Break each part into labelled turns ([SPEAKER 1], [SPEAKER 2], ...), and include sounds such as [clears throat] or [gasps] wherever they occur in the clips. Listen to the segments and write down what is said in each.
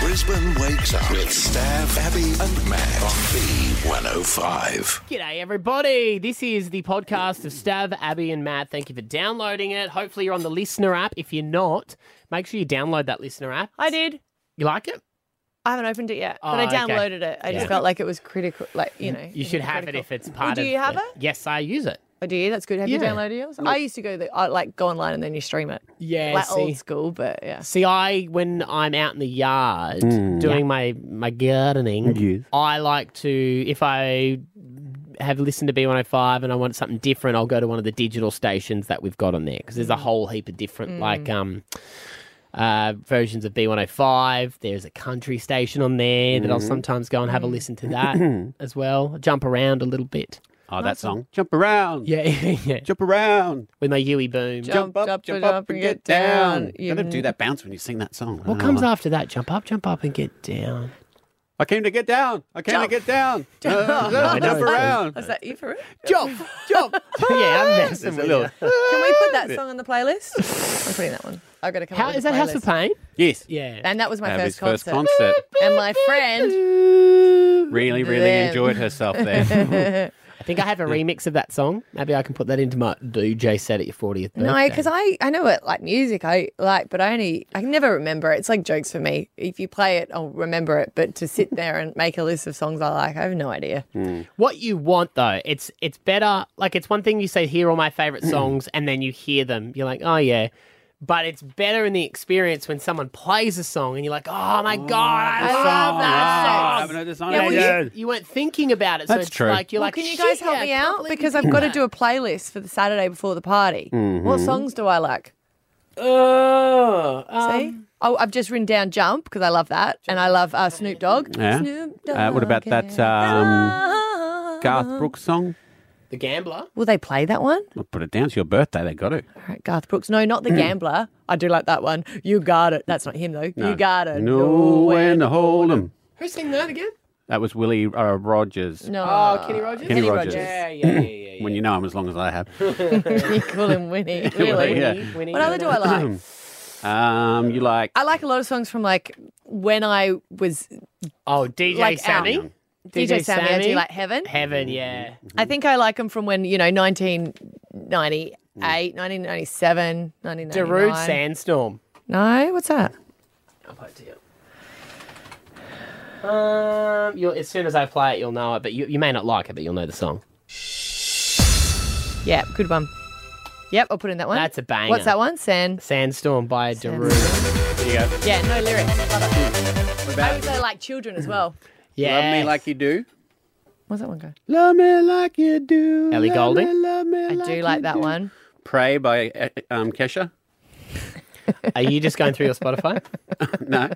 [SPEAKER 1] Brisbane wakes up with Stav, Abby, and Matt on B105.
[SPEAKER 2] G'day, everybody. This is the podcast of Stav, Abby, and Matt. Thank you for downloading it. Hopefully, you're on the listener app. If you're not, make sure you download that listener app.
[SPEAKER 3] I did.
[SPEAKER 2] You like it?
[SPEAKER 3] I haven't opened it yet, but
[SPEAKER 2] Oh,
[SPEAKER 3] I
[SPEAKER 2] okay.
[SPEAKER 3] downloaded it. I
[SPEAKER 2] Yeah.
[SPEAKER 3] just felt like it was critical. Like you know,
[SPEAKER 2] You should have it if it's part
[SPEAKER 3] Oh, do
[SPEAKER 2] of.
[SPEAKER 3] you have
[SPEAKER 2] the- Yes, I use it.
[SPEAKER 3] Oh, do you? That's good. Have you
[SPEAKER 2] Yeah.
[SPEAKER 3] downloaded yours? I used to go the I like go online and then you stream it.
[SPEAKER 2] Yeah.
[SPEAKER 3] like
[SPEAKER 2] see,
[SPEAKER 3] old school, but yeah.
[SPEAKER 2] see, I when I'm out in the yard
[SPEAKER 4] Mm.
[SPEAKER 2] doing my my gardening, I like to if I have listened to B105 and I want something different, I'll go to one of the digital stations that we've got on there because there's a whole heap of different like um uh, versions of B105. There's a country station on there that I'll
[SPEAKER 4] Mm.
[SPEAKER 2] sometimes go and have a listen to
[SPEAKER 4] [clears throat]
[SPEAKER 2] that as well. Jump around a little bit.
[SPEAKER 4] Oh, that song. Jump around.
[SPEAKER 2] Yeah, [laughs] yeah.
[SPEAKER 4] Jump around.
[SPEAKER 2] With my Yui boom.
[SPEAKER 4] Jump, up, jump, up, and get down. You gotta
[SPEAKER 3] You-
[SPEAKER 4] do that bounce when you sing that song. I don't
[SPEAKER 2] what comes
[SPEAKER 4] know.
[SPEAKER 2] after that? Jump up, jump up, and get down.
[SPEAKER 4] I came to get down. I came
[SPEAKER 3] Jump.
[SPEAKER 4] to get down.
[SPEAKER 3] Jump.
[SPEAKER 4] Uh,
[SPEAKER 2] I know
[SPEAKER 4] jump
[SPEAKER 2] it's-
[SPEAKER 4] around.
[SPEAKER 3] Is that you for it?
[SPEAKER 2] Jump, jump. [laughs] yeah, I'm messing
[SPEAKER 4] It's a
[SPEAKER 2] with
[SPEAKER 4] little-
[SPEAKER 2] you.
[SPEAKER 3] Can we put
[SPEAKER 2] [laughs]
[SPEAKER 3] that song on the playlist? I'm putting that one. I've got to come.
[SPEAKER 2] How
[SPEAKER 3] up with
[SPEAKER 2] is
[SPEAKER 3] a
[SPEAKER 2] that House of
[SPEAKER 3] playlist.
[SPEAKER 2] Pain?
[SPEAKER 4] Yes.
[SPEAKER 2] Yeah.
[SPEAKER 3] And that was my
[SPEAKER 4] Abby's
[SPEAKER 3] first
[SPEAKER 4] first
[SPEAKER 3] concert.
[SPEAKER 4] concert.
[SPEAKER 3] And my
[SPEAKER 4] [laughs]
[SPEAKER 3] friend.
[SPEAKER 4] Really, really
[SPEAKER 3] Then-
[SPEAKER 4] enjoyed herself there.
[SPEAKER 2] I think I have a remix of that song. Maybe I can put that into my DJ set at your 40th birthday.
[SPEAKER 3] No, because I, I know it like music I like, but I only I can never remember it. It's like jokes for me. If you play it, I'll remember it. But to sit there and make a list of songs I like, I have no idea.
[SPEAKER 2] What you want though, it's it's better. Like it's one thing you say, "Here are my
[SPEAKER 3] Mm.
[SPEAKER 2] favorite songs," and then you hear them, you're like, "Oh yeah," but it's better in the experience when someone plays a song and you're like, "Oh my god, I,
[SPEAKER 4] Song.
[SPEAKER 2] love
[SPEAKER 4] Ah, I
[SPEAKER 2] that
[SPEAKER 4] haven't
[SPEAKER 2] song."
[SPEAKER 4] heard this song.
[SPEAKER 3] Yeah,
[SPEAKER 4] in
[SPEAKER 3] well,
[SPEAKER 4] ages.
[SPEAKER 2] You, you weren't thinking about it, so
[SPEAKER 4] That's
[SPEAKER 2] it's
[SPEAKER 4] true.
[SPEAKER 2] like you're
[SPEAKER 3] Well,
[SPEAKER 2] like,
[SPEAKER 3] can you guys
[SPEAKER 2] "Shit,
[SPEAKER 3] help
[SPEAKER 2] I
[SPEAKER 3] me
[SPEAKER 2] can't
[SPEAKER 3] out?
[SPEAKER 2] believe
[SPEAKER 3] Because
[SPEAKER 2] you
[SPEAKER 3] I've
[SPEAKER 2] did
[SPEAKER 3] got to
[SPEAKER 2] that."
[SPEAKER 3] do a playlist for the Saturday before the party. What
[SPEAKER 4] Mm-hmm.
[SPEAKER 3] songs do I like?
[SPEAKER 2] Oh,
[SPEAKER 4] Um,
[SPEAKER 3] See? Oh, I've just written down Jump because I love that. And I love uh, Snoop Dogg.
[SPEAKER 4] Yeah.
[SPEAKER 3] Snoop Dogg.
[SPEAKER 4] Uh, what about that um, Garth Brooks song?
[SPEAKER 2] the gambler.
[SPEAKER 3] Will they play that one?
[SPEAKER 4] I'll put it down. It's your birthday. They got it.
[SPEAKER 3] All right, Garth Brooks. No, not The
[SPEAKER 4] Mm.
[SPEAKER 3] Gambler. I do like that one. You got it. That's not him, though. You got it.
[SPEAKER 4] No when to hold 'em.
[SPEAKER 2] Who sang that again?
[SPEAKER 4] That was Willie uh, Rogers.
[SPEAKER 3] No. [laughs]
[SPEAKER 2] Oh, Kenny Rogers.
[SPEAKER 4] Kenny Rogers.
[SPEAKER 2] Yeah, yeah, yeah, yeah. yeah.
[SPEAKER 4] When you know him as long as I have.
[SPEAKER 3] you call him
[SPEAKER 4] [laughs]
[SPEAKER 3] Winnie. Really?
[SPEAKER 4] yeah.
[SPEAKER 2] Winnie, Winnie,
[SPEAKER 3] What other do I
[SPEAKER 4] [clears throat]
[SPEAKER 3] like?
[SPEAKER 4] Um, you like
[SPEAKER 3] I like a lot of songs from like when I was
[SPEAKER 2] Oh, DJ
[SPEAKER 3] Like
[SPEAKER 2] Sammy.
[SPEAKER 4] out.
[SPEAKER 3] DJ, Sammy. I do like Heaven.
[SPEAKER 2] Heaven, yeah.
[SPEAKER 3] I think I like them from when, you know, 1998, 1997, 1999.
[SPEAKER 2] Darude Sandstorm.
[SPEAKER 3] No, what's that?
[SPEAKER 2] I'll play it to you. Um, you'll, as soon as I play it, you'll know it, but you, you may not like it, but you'll know the song.
[SPEAKER 3] Yeah, good one. Yep, I'll put in that one.
[SPEAKER 2] That's a banger.
[SPEAKER 3] What's that one? Sand.
[SPEAKER 2] Sandstorm by Darude.
[SPEAKER 3] Yeah, no lyrics. I would say like children as well.
[SPEAKER 2] Yeah.
[SPEAKER 4] Love Me Like You Do.
[SPEAKER 3] What's that one go?
[SPEAKER 4] Love me like you do.
[SPEAKER 2] Ellie
[SPEAKER 4] Love
[SPEAKER 2] Goulding?
[SPEAKER 4] me, love me
[SPEAKER 3] I do like
[SPEAKER 4] you
[SPEAKER 3] that
[SPEAKER 4] do.
[SPEAKER 3] one.
[SPEAKER 4] Pray by uh, um, Kesha.
[SPEAKER 2] [laughs] Are you just going through
[SPEAKER 3] [laughs]
[SPEAKER 2] your Spotify?
[SPEAKER 4] No.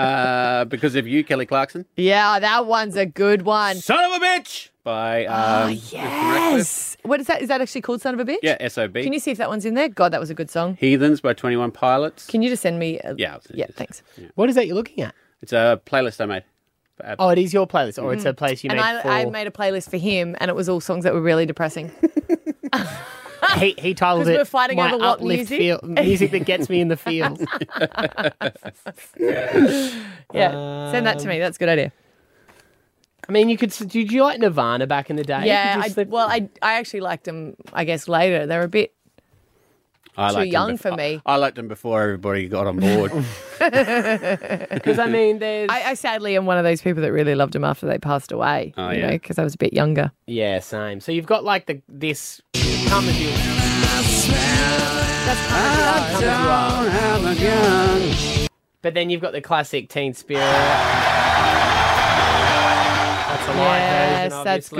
[SPEAKER 4] Uh, because of you, Kelly Clarkson.
[SPEAKER 3] Yeah, that one's a good one.
[SPEAKER 4] Son of a bitch by
[SPEAKER 3] Ah,
[SPEAKER 4] um,
[SPEAKER 3] Yes. What is that? Is that actually called Son of a Bitch?
[SPEAKER 4] yeah sob.
[SPEAKER 3] Can you see if that one's in there? God, that was a good song.
[SPEAKER 4] Heathens by Twenty One Pilots.
[SPEAKER 3] Can you just send me? A...
[SPEAKER 4] Yeah, I'll send
[SPEAKER 3] Yeah.
[SPEAKER 4] you this.
[SPEAKER 3] Thanks.
[SPEAKER 2] what is that you're looking at?
[SPEAKER 4] It's a playlist I made.
[SPEAKER 2] Oh, it is your playlist, or it's a place you
[SPEAKER 3] Mm-hmm. And
[SPEAKER 2] made
[SPEAKER 3] I,
[SPEAKER 2] for...
[SPEAKER 3] I made a playlist for him, and it was all songs that were really depressing.
[SPEAKER 2] He, he titled
[SPEAKER 3] 'Cause
[SPEAKER 2] it
[SPEAKER 3] we're fighting
[SPEAKER 2] My
[SPEAKER 3] over what
[SPEAKER 2] Uplift
[SPEAKER 3] music? [laughs]
[SPEAKER 2] Feel- music that gets me in the feels.
[SPEAKER 3] yeah, send that to me. That's a good idea.
[SPEAKER 2] I mean, you could... s- Did you like Nirvana back in the day? You
[SPEAKER 3] Yeah,
[SPEAKER 2] could
[SPEAKER 3] I,
[SPEAKER 2] just [laughs] slip-
[SPEAKER 3] well, I I actually liked them. I guess later they're a bit.
[SPEAKER 4] I
[SPEAKER 3] Too
[SPEAKER 4] liked them
[SPEAKER 3] young
[SPEAKER 4] bef-
[SPEAKER 3] for
[SPEAKER 4] I-
[SPEAKER 3] me.
[SPEAKER 4] I, liked them before everybody got on
[SPEAKER 3] [laughs]
[SPEAKER 4] board.
[SPEAKER 2] Because, I mean, there's...
[SPEAKER 3] I, I sadly am one of those people that really loved them after they passed away.
[SPEAKER 4] Oh,
[SPEAKER 3] you
[SPEAKER 4] yeah.
[SPEAKER 3] because I was a bit younger.
[SPEAKER 2] Yeah, same. So you've got like the this come as you
[SPEAKER 3] That's kind of
[SPEAKER 4] Don't have a gun.
[SPEAKER 2] but then you've got the classic Teen Spirit. That's a live
[SPEAKER 3] yes,
[SPEAKER 2] version,
[SPEAKER 3] that's
[SPEAKER 2] obviously.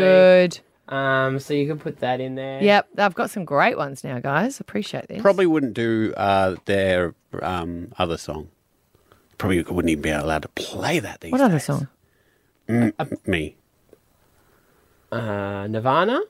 [SPEAKER 3] good.
[SPEAKER 2] Um, so you can put that in there.
[SPEAKER 3] Yep, I've got some great ones now, guys. Appreciate this.
[SPEAKER 4] Probably wouldn't do uh, their um, other song. Probably wouldn't even be allowed to play that these
[SPEAKER 3] What other
[SPEAKER 4] days.
[SPEAKER 3] song?
[SPEAKER 4] Me.
[SPEAKER 2] Uh, Nirvana.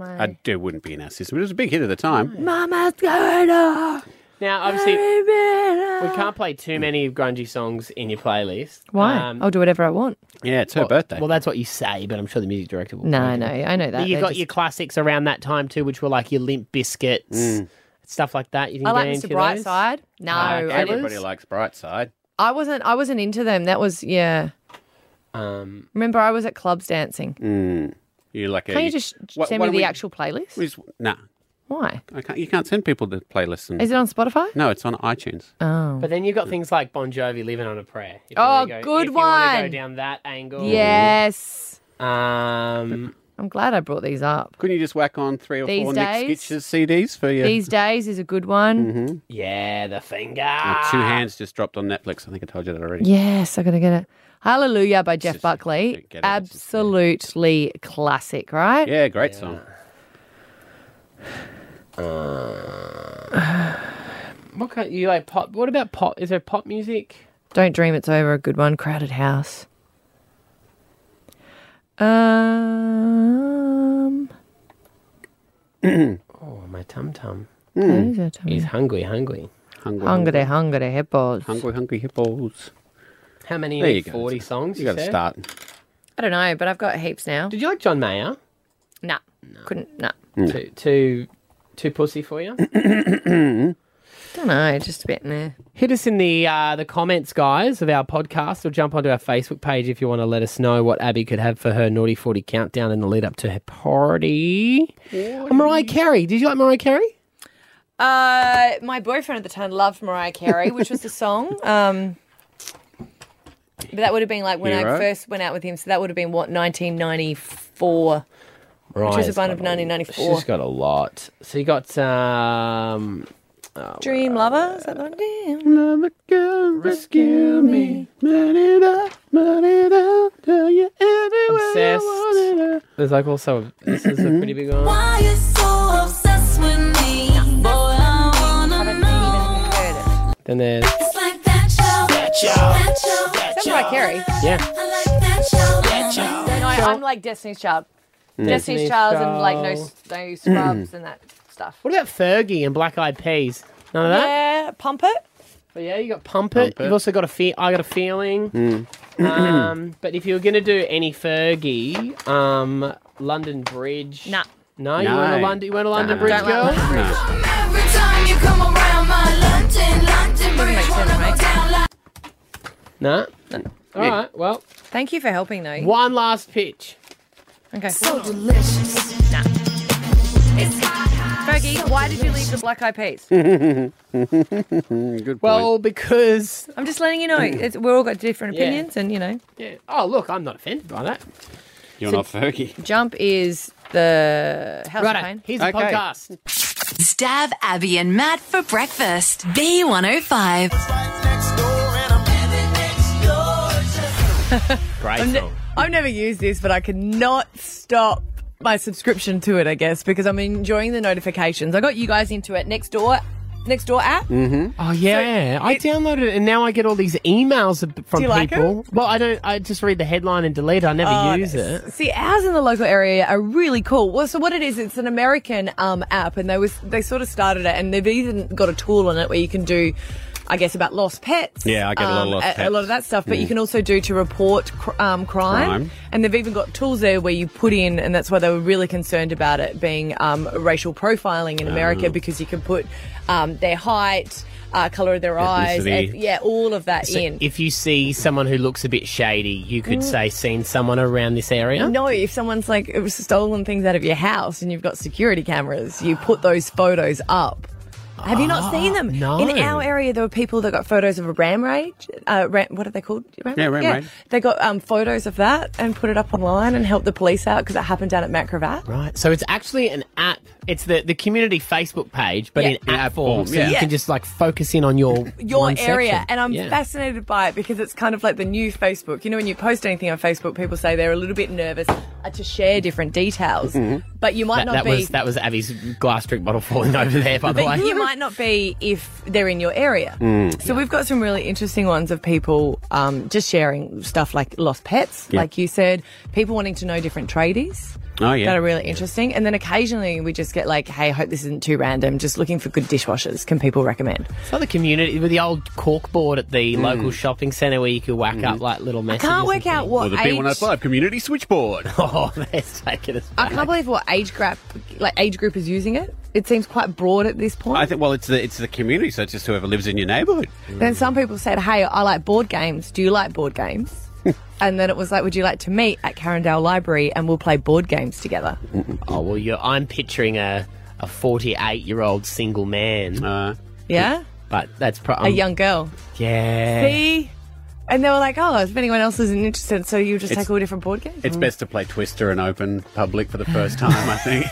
[SPEAKER 4] I do wouldn't be in our system. It was a big hit at the time.
[SPEAKER 3] Mama's going on.
[SPEAKER 2] Now, obviously, we
[SPEAKER 3] baby.
[SPEAKER 2] can't play too many grungy songs in your playlist.
[SPEAKER 3] Why?
[SPEAKER 2] Um,
[SPEAKER 3] I'll do whatever I want.
[SPEAKER 4] Yeah, it's her birthday.
[SPEAKER 2] well, that's what you say, but I'm sure the music director will.
[SPEAKER 3] No,
[SPEAKER 2] correct
[SPEAKER 3] I
[SPEAKER 2] you.
[SPEAKER 3] know, I know that.
[SPEAKER 2] But you
[SPEAKER 3] They're
[SPEAKER 2] got
[SPEAKER 3] just-
[SPEAKER 2] your classics around that time too, which were like your Limp
[SPEAKER 4] Mm.
[SPEAKER 2] Biscuits, stuff like that. You didn't
[SPEAKER 3] I like
[SPEAKER 2] get
[SPEAKER 3] Mr.
[SPEAKER 2] into those?
[SPEAKER 3] Brightside. No,
[SPEAKER 2] Ah,
[SPEAKER 3] I didn't.
[SPEAKER 4] Everybody likes Brightside.
[SPEAKER 3] I wasn't. I wasn't into them. That was yeah.
[SPEAKER 2] Um,
[SPEAKER 3] Remember, I was at clubs dancing.
[SPEAKER 4] Mm. You like a,
[SPEAKER 3] Can you just
[SPEAKER 4] Why-
[SPEAKER 3] send
[SPEAKER 4] why
[SPEAKER 3] me
[SPEAKER 4] don't
[SPEAKER 3] the
[SPEAKER 4] we-
[SPEAKER 3] actual playlist?
[SPEAKER 4] we just- Nah,
[SPEAKER 3] Why?
[SPEAKER 4] I can't, you can't send people the playlist. And,
[SPEAKER 3] Is it on Spotify?
[SPEAKER 4] no, it's on iTunes.
[SPEAKER 2] But then you've got things like Bon Jovi living on a prayer. If you
[SPEAKER 3] Oh,
[SPEAKER 2] wanna go,
[SPEAKER 3] good
[SPEAKER 2] if you wanna Go
[SPEAKER 3] one.
[SPEAKER 2] down that angle.
[SPEAKER 3] Yes.
[SPEAKER 2] Um,
[SPEAKER 3] I'm glad I brought these up.
[SPEAKER 4] Couldn't you just whack on three or
[SPEAKER 3] These
[SPEAKER 4] four Nick
[SPEAKER 3] days-
[SPEAKER 4] Skitches CDs for your
[SPEAKER 3] These days is a good one.
[SPEAKER 2] yeah, the finger.
[SPEAKER 4] Uh, Two Hands just dropped on Netflix. I think I told you that already.
[SPEAKER 3] Yes, I'm gonna get it. Hallelujah by Jeff
[SPEAKER 4] just-
[SPEAKER 3] Buckley.
[SPEAKER 4] get it, it's just-
[SPEAKER 3] Absolutely classic, right?
[SPEAKER 4] Yeah, great song.
[SPEAKER 2] What kind you like pop? What about pop? Is there pop music?
[SPEAKER 3] Don't Dream It's Over, a good one. Crowded House. Um,
[SPEAKER 2] Oh, my tum tum.
[SPEAKER 3] who's that to me?
[SPEAKER 2] He's hungry, hungry.
[SPEAKER 4] Hungry, hungry,
[SPEAKER 3] Hungry, hungry hippos.
[SPEAKER 4] hungry, hungry hippos.
[SPEAKER 2] How many?
[SPEAKER 4] There you go.
[SPEAKER 2] Forty songs.
[SPEAKER 4] You got to
[SPEAKER 2] said?
[SPEAKER 4] start.
[SPEAKER 3] I don't know, but I've got heaps now.
[SPEAKER 2] Did you like John Mayer?
[SPEAKER 3] Nah, couldn't. Nah,
[SPEAKER 4] Mm.
[SPEAKER 2] Too, too, too pussy for you.
[SPEAKER 3] don't know. Just a bit in there.
[SPEAKER 2] Hit us in the uh, the comments, guys, of our podcast, or jump onto our Facebook page if you want to let us know what Abby could have for her naughty forty countdown in the lead up to her party. And Mariah Carey. Did you like Mariah Carey?
[SPEAKER 3] Uh, my boyfriend at the time loved Mariah Carey, which
[SPEAKER 2] [laughs]
[SPEAKER 3] was the song. Um, but that would have been like when
[SPEAKER 4] Hero?
[SPEAKER 3] I first went out with him. So that would have been what 1994.
[SPEAKER 2] Right.
[SPEAKER 3] She's the one of 1994.
[SPEAKER 2] She's got a lot. So you got um,
[SPEAKER 3] Dream Lover. Is that the one? Damn.
[SPEAKER 4] Another girl rescue me. Man it up, man it up. Tell you everywhere I
[SPEAKER 2] Obsessed.
[SPEAKER 4] want it up.
[SPEAKER 2] there's like also this is a pretty big one.
[SPEAKER 5] Why you so obsessed with me? Boy, I wanna know.
[SPEAKER 2] Then there's
[SPEAKER 5] It's like that show. That show. That show.
[SPEAKER 3] That's Mariah Carey.
[SPEAKER 2] yeah,
[SPEAKER 5] I like that show. That show.
[SPEAKER 3] No, I, I'm like Destiny's Child.
[SPEAKER 2] Hmm. Destiny's
[SPEAKER 3] Destiny's Child and like no
[SPEAKER 2] Child. Hmm.
[SPEAKER 3] no scrubs and that stuff.
[SPEAKER 2] What about Fergie and Black Eyed Peas? None of that.
[SPEAKER 3] Yeah, pump it.
[SPEAKER 2] But yeah, you got Pump It.
[SPEAKER 4] Pump It.
[SPEAKER 2] You've also got a feel. I got a feeling. um, but if you were gonna do any Fergie, um, London Bridge.
[SPEAKER 3] Nah.
[SPEAKER 2] No, you weren't a
[SPEAKER 4] No.
[SPEAKER 2] London. You weren't a London
[SPEAKER 4] no,
[SPEAKER 2] Bridge
[SPEAKER 4] no.
[SPEAKER 2] girl.
[SPEAKER 5] Every time you come around my London, London bridge, wanna go down like.
[SPEAKER 2] No. All right. Well,
[SPEAKER 3] Thank you for helping though.
[SPEAKER 2] one last pitch.
[SPEAKER 3] Okay.
[SPEAKER 5] So delicious.
[SPEAKER 3] Nah.
[SPEAKER 5] It's hot, hot.
[SPEAKER 3] Fergie, why did you leave the Black Eyed Peas?
[SPEAKER 4] Mm, Good
[SPEAKER 2] Well, because
[SPEAKER 3] I'm just letting you know. It's, we're all got different
[SPEAKER 2] Yeah.
[SPEAKER 3] opinions, and you know,
[SPEAKER 2] yeah. Oh, look, I'm not offended by that.
[SPEAKER 4] point. You're not Fergie.
[SPEAKER 3] Jump is the house of
[SPEAKER 2] Right.
[SPEAKER 3] pain.
[SPEAKER 2] Here's the
[SPEAKER 4] Okay.
[SPEAKER 2] podcast.
[SPEAKER 6] Stab Abby and Matt for breakfast. B105.
[SPEAKER 2] Great song.
[SPEAKER 3] I've never used this, but I cannot stop my subscription to it. I guess because I'm enjoying the notifications. I got you guys into it. Next door, next door app.
[SPEAKER 2] Oh yeah, I downloaded it and now I get all these emails ab- from
[SPEAKER 3] you like
[SPEAKER 2] people. well, I don't. I just read the headline and delete. it. I never use it.
[SPEAKER 3] See, ours in the local area are really cool. Well, so what it is, it's an American um, app, and they was they sort of started it, and they've even got a tool on it where you can do. I guess about lost pets. Um,
[SPEAKER 4] Yeah, I get a lot of lost
[SPEAKER 3] a, a lot
[SPEAKER 4] pets. Mm.
[SPEAKER 3] of that stuff, but you can also do to report cr- um, crime.
[SPEAKER 4] Crime.
[SPEAKER 3] And they've even got tools there where you put in, and that's why they were really concerned about it being um, racial profiling in
[SPEAKER 4] Oh.
[SPEAKER 3] America because you can put um, their height, uh, color of their eyes,
[SPEAKER 4] Ethnicity.
[SPEAKER 3] and, yeah, all of that
[SPEAKER 2] So
[SPEAKER 3] in. Mm.
[SPEAKER 2] if you see someone who looks a bit shady, you could say seen someone around this area.
[SPEAKER 3] No, if someone's like stolen things out of your house and you've got security cameras, you put those photos up. Have you not seen them?
[SPEAKER 2] Ah, no.
[SPEAKER 3] In our area, there were people that got photos of a ram raid. Uh, ram, what are they called? Ram,
[SPEAKER 4] Yeah, ram raid.
[SPEAKER 3] They got um, photos of that and put it up online and helped the police out because it happened down at Macravat.
[SPEAKER 2] Right. So it's actually an app. It's the, the community Facebook page, but
[SPEAKER 3] Yeah.
[SPEAKER 2] in app, form. So
[SPEAKER 4] yeah.
[SPEAKER 2] you
[SPEAKER 3] Yeah.
[SPEAKER 2] can just like focus in on your
[SPEAKER 3] [laughs] Your
[SPEAKER 2] one
[SPEAKER 3] area,
[SPEAKER 2] section.
[SPEAKER 3] and I'm
[SPEAKER 2] Yeah.
[SPEAKER 3] fascinated by it because it's kind of like the new Facebook. You know, when you post anything on Facebook, people say they're a little bit nervous uh, to share different details, but you might
[SPEAKER 2] Mm-hmm. That,
[SPEAKER 3] not
[SPEAKER 2] that
[SPEAKER 3] be.
[SPEAKER 2] was that was Abby's glass drink bottle falling [laughs] over there. By the
[SPEAKER 3] but
[SPEAKER 2] way,
[SPEAKER 3] [laughs] you might not be if they're in your area.
[SPEAKER 4] Hmm.
[SPEAKER 3] so we've got some really interesting ones of people um, just sharing stuff like lost pets, like you said, people wanting to know different tradies.
[SPEAKER 4] Oh, yeah.
[SPEAKER 3] That are really interesting. And then occasionally we just get like, hey, I hope this isn't too random. Just looking for good dishwashers. Can people recommend?
[SPEAKER 2] it's like the community with the old cork board at the local shopping centre where you could whack up like little messages.
[SPEAKER 3] Mm. Can't
[SPEAKER 2] and
[SPEAKER 3] work out
[SPEAKER 2] things.
[SPEAKER 3] what
[SPEAKER 4] Or the
[SPEAKER 3] age.
[SPEAKER 4] B105 Community Switchboard.
[SPEAKER 2] [laughs] Oh, they're taking us
[SPEAKER 3] I
[SPEAKER 2] back.
[SPEAKER 3] can't believe what age group, like age group is using it. it seems quite broad at this point.
[SPEAKER 4] [laughs] I think. Well, it's the it's the community, so it's just whoever lives in your neighbourhood.
[SPEAKER 3] Then some people said, "Hey, I like board games. Do you like board games?" and then it was like, "Would you like to meet at Carindale Library and we'll play board games together?"
[SPEAKER 2] Oh well, you're, I'm picturing a a 48 year old single man,
[SPEAKER 4] Uh,
[SPEAKER 3] Yeah,
[SPEAKER 2] but that's
[SPEAKER 3] a
[SPEAKER 2] probably
[SPEAKER 3] young girl.
[SPEAKER 2] Yeah,
[SPEAKER 3] See. And they were like, "Oh, if anyone else isn't interested, so you just
[SPEAKER 4] It's-
[SPEAKER 3] take all different board games."
[SPEAKER 4] it's best to play Twister and open public for the first time.
[SPEAKER 3] [laughs]
[SPEAKER 4] I think.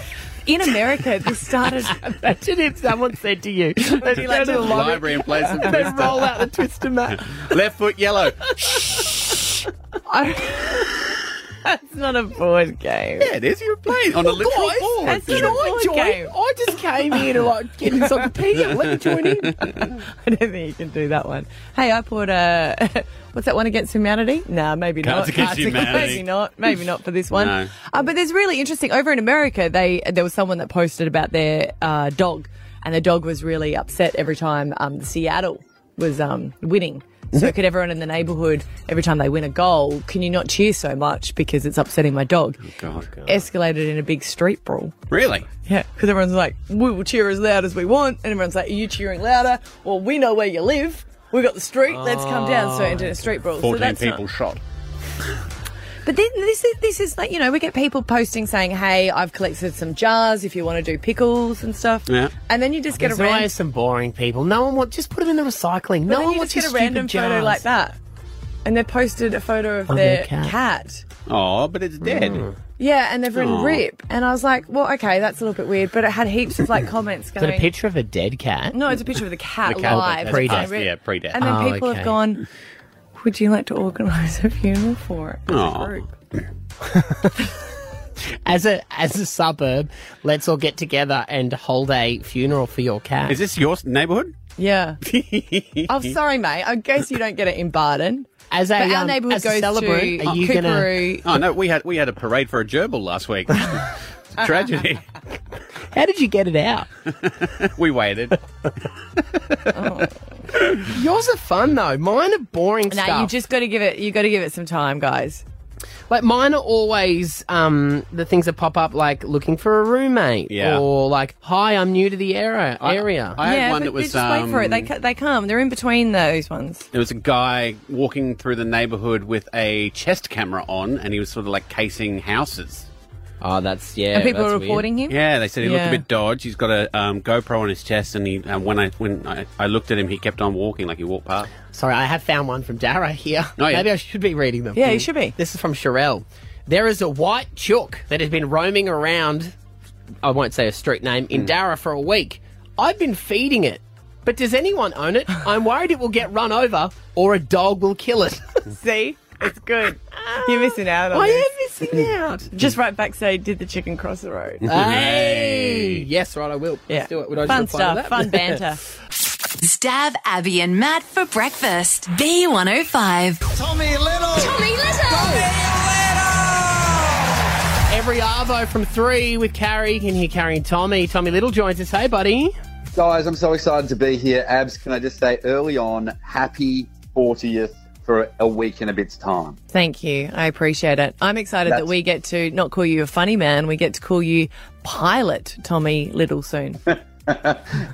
[SPEAKER 3] In America, this started. [laughs]
[SPEAKER 2] Imagine if someone said to [laughs] you, they'd be like,
[SPEAKER 4] the library and play
[SPEAKER 3] [laughs]
[SPEAKER 4] some
[SPEAKER 2] they
[SPEAKER 4] Twister.
[SPEAKER 2] roll out the twister mat.
[SPEAKER 4] Left foot yellow.
[SPEAKER 3] That's not a board game.
[SPEAKER 4] Yeah, it is. You're playing on a literal board.
[SPEAKER 3] that's not a board game.
[SPEAKER 2] I just came here to like get encyclopedia. Let me join in.
[SPEAKER 3] [laughs] I don't think you can do that one. Hey, I put a. [laughs] What's that one against humanity? Nah, maybe not.
[SPEAKER 4] Cards Against Humanity.
[SPEAKER 3] Maybe not. Maybe not for this one.
[SPEAKER 4] No.
[SPEAKER 3] Uh, but there's really interesting. Over in America, they there was someone that posted about their uh, dog, and the dog was really upset every time um, the Seattle was um, winning.
[SPEAKER 4] Mm-hmm.
[SPEAKER 3] So could everyone in the neighborhood, every time they win a goal, can you not cheer so much because it's upsetting my dog?
[SPEAKER 4] God.
[SPEAKER 3] Escalated in a big street brawl.
[SPEAKER 4] Really?
[SPEAKER 3] Yeah, because everyone's like, we will cheer as loud as we want. And everyone's like, are you cheering louder? Well, we know where you live. We've got the street. Let's come down. So into a street brawl. so
[SPEAKER 4] 14
[SPEAKER 3] that's not-
[SPEAKER 4] people shot.
[SPEAKER 3] but then this is, this is like, you know, we get people posting saying, hey, I've collected some jars if you want to do pickles and stuff.
[SPEAKER 4] Yeah.
[SPEAKER 3] And then you just get a
[SPEAKER 2] There's always
[SPEAKER 3] random,
[SPEAKER 2] some boring people. No one wants. Just put them in the recycling.
[SPEAKER 3] but
[SPEAKER 2] No
[SPEAKER 3] then
[SPEAKER 2] one
[SPEAKER 3] you
[SPEAKER 2] wants
[SPEAKER 3] just
[SPEAKER 2] your
[SPEAKER 3] get a
[SPEAKER 2] stupid
[SPEAKER 3] random photo
[SPEAKER 2] jars.
[SPEAKER 3] like that. And they posted a photo of
[SPEAKER 2] their
[SPEAKER 3] their
[SPEAKER 2] cat.
[SPEAKER 3] cat.
[SPEAKER 4] Oh, but it's dead.
[SPEAKER 3] Mm. Yeah, and they've written
[SPEAKER 4] Aw.
[SPEAKER 3] rip. And I was like, well, okay, that's a little bit weird. But it had heaps of like comments
[SPEAKER 2] Is
[SPEAKER 3] going.
[SPEAKER 2] it a picture of a dead cat?
[SPEAKER 3] No, it's a picture of the cat,
[SPEAKER 4] The cat
[SPEAKER 3] live.
[SPEAKER 4] that's
[SPEAKER 3] It's
[SPEAKER 2] pre-death.
[SPEAKER 3] been writ-
[SPEAKER 4] Yeah, pre-death.
[SPEAKER 3] And then
[SPEAKER 2] Oh,
[SPEAKER 3] people
[SPEAKER 2] okay.
[SPEAKER 3] have gone, would you like to organise a funeral for it? as a
[SPEAKER 4] Aw.
[SPEAKER 3] group?"
[SPEAKER 2] As a as a suburb, let's all get together and hold a funeral for your cat.
[SPEAKER 4] Is this your s- neighbourhood?
[SPEAKER 3] Yeah. I'm sorry, mate. I guess you don't get it in Barden.
[SPEAKER 2] as a
[SPEAKER 3] But our
[SPEAKER 2] um,
[SPEAKER 3] neighbourhood
[SPEAKER 2] as a
[SPEAKER 3] goes
[SPEAKER 2] celebrant,
[SPEAKER 3] to
[SPEAKER 2] are you gonna?
[SPEAKER 3] Cooperoo.
[SPEAKER 4] Oh no, we had we had a parade for a gerbil last
[SPEAKER 3] [laughs]
[SPEAKER 4] week. It's a Tragedy.
[SPEAKER 2] How did you get it out?
[SPEAKER 4] we waited.
[SPEAKER 2] Yours are fun though. Mine are boring
[SPEAKER 3] Nah,
[SPEAKER 2] stuff.
[SPEAKER 3] you just got to give it. You got to give it some time, guys.
[SPEAKER 2] Like mine are always um, the things that pop up, like looking for a roommate,
[SPEAKER 4] Yeah.
[SPEAKER 2] or like, "Hi, I'm new to the era, area."
[SPEAKER 4] I had
[SPEAKER 3] yeah,
[SPEAKER 4] one
[SPEAKER 3] but
[SPEAKER 4] that was
[SPEAKER 3] just wait for it. They
[SPEAKER 4] um,
[SPEAKER 3] ca- they come. They're in between those ones.
[SPEAKER 4] There was a guy walking through the neighborhood with a chest camera on, and he was sort of like casing houses.
[SPEAKER 2] oh, that's yeah.
[SPEAKER 3] and people
[SPEAKER 2] that's
[SPEAKER 3] are
[SPEAKER 2] weird.
[SPEAKER 3] reporting him.
[SPEAKER 4] Yeah, they said he looked
[SPEAKER 3] Yeah.
[SPEAKER 4] a bit dodge. He's got a um, GoPro on his chest, and he and when I when I, I looked at him, he kept on walking like he walked past.
[SPEAKER 2] Sorry, I have found one from Dara here.
[SPEAKER 4] Oh, yeah.
[SPEAKER 2] Maybe I should be reading them.
[SPEAKER 3] Yeah, you should be.
[SPEAKER 2] This is from Sherelle. There is a white chook that has been roaming around, I won't say a street name,
[SPEAKER 4] Mm.
[SPEAKER 2] in Dara for a week. I've been feeding it, but does anyone own
[SPEAKER 4] [laughs]
[SPEAKER 2] it? I'm worried it will get run over or a dog will kill it.
[SPEAKER 3] See, it's good. [laughs] You're missing out on
[SPEAKER 2] I
[SPEAKER 3] this.
[SPEAKER 2] am missing out.
[SPEAKER 3] Just right back. Say, did the chicken cross the road?
[SPEAKER 2] Hey. Yes, right, I will.
[SPEAKER 3] yeah.
[SPEAKER 2] Let's do it. Uh, Would I just
[SPEAKER 3] fun stuff.
[SPEAKER 2] reply to that? [laughs]
[SPEAKER 3] Fun banter.
[SPEAKER 6] Stab Abby and Matt for breakfast. B105.
[SPEAKER 1] Tommy Little! Tommy Little!
[SPEAKER 2] Every Arvo from three with Carrie. Can hear Carrie and Tommy. Tommy Little joins us. Hey, buddy.
[SPEAKER 7] Guys, I'm so excited to be here. Abs, can I just say early on, happy 40th for a week and a bit's time. [laughs]
[SPEAKER 3] Thank you. I appreciate it. I'm excited that
[SPEAKER 7] That's-
[SPEAKER 3] we get to not call you a funny man. We get to call you Pilot Tommy Little soon.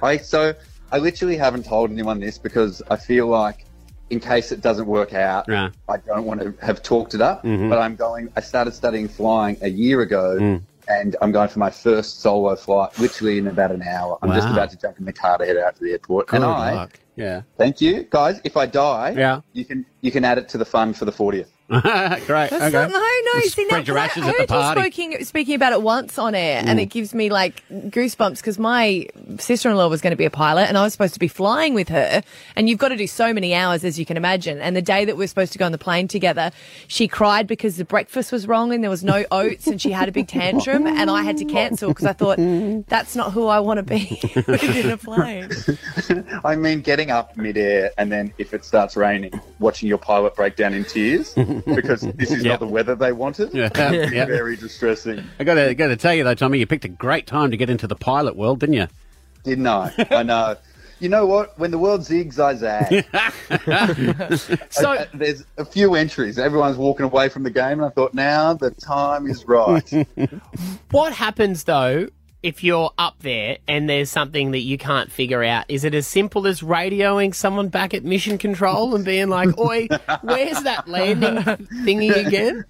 [SPEAKER 7] I so I literally haven't told anyone this because I feel like in case it doesn't work out,
[SPEAKER 4] Yeah. Mm-hmm.
[SPEAKER 7] I don't want to have talked it up. But I'm going. I started studying flying a year ago,
[SPEAKER 4] Mm.
[SPEAKER 7] and I'm going for my first solo flight, literally in about an hour. I'm just
[SPEAKER 4] Wow.
[SPEAKER 7] about to jump in the car to head out to the airport. and
[SPEAKER 4] Good
[SPEAKER 7] I
[SPEAKER 4] luck. Yeah.
[SPEAKER 7] thank you guys. If I die,
[SPEAKER 4] Yeah.
[SPEAKER 7] you can you can add it to the fun for the 40th.
[SPEAKER 4] Great.
[SPEAKER 3] [laughs] That's
[SPEAKER 4] okay.
[SPEAKER 3] not, no, no.
[SPEAKER 4] Just
[SPEAKER 3] See, now,
[SPEAKER 4] spread your
[SPEAKER 3] 'cause
[SPEAKER 4] ashes
[SPEAKER 3] I
[SPEAKER 4] at
[SPEAKER 3] heard
[SPEAKER 4] the
[SPEAKER 3] you
[SPEAKER 4] party.
[SPEAKER 3] Speaking, speaking about it once on air, and it gives me like goosebumps because my sister in law was going to be a pilot, and I was supposed to be flying with her. And you've got to do so many hours, as you can imagine. And the day that we we're supposed to go on the plane together, she cried because the breakfast was wrong and there was
[SPEAKER 4] [laughs]
[SPEAKER 3] no oats, and she had a big tantrum, and I had to cancel because I thought that's not who I want to be [laughs] in a
[SPEAKER 4] [laughs]
[SPEAKER 3] plane.
[SPEAKER 7] I mean, getting up midair and then if it starts raining, watching your pilot break down in
[SPEAKER 4] [laughs]
[SPEAKER 7] tears because this is
[SPEAKER 4] Yep.
[SPEAKER 7] not the weather they wanted.
[SPEAKER 4] Yeah,
[SPEAKER 7] It's
[SPEAKER 4] [laughs] yeah.
[SPEAKER 7] Very distressing,
[SPEAKER 4] I gotta gotta tell you though, Tommy, you picked a great time to get into the pilot world, didn't you?
[SPEAKER 7] didn't I? I know. You know what? When the world zigs,
[SPEAKER 4] [laughs]
[SPEAKER 7] I zag.
[SPEAKER 2] So,
[SPEAKER 7] Uh, There's a few entries. Everyone's walking away
[SPEAKER 4] [laughs]
[SPEAKER 7] from the game, and I thought, now the time is right. [laughs]
[SPEAKER 2] what happens though if you're up there and there's something that you can't figure out, is it as simple as radioing someone back at Mission Control and being like, "Oi, where's that landing thingy again?"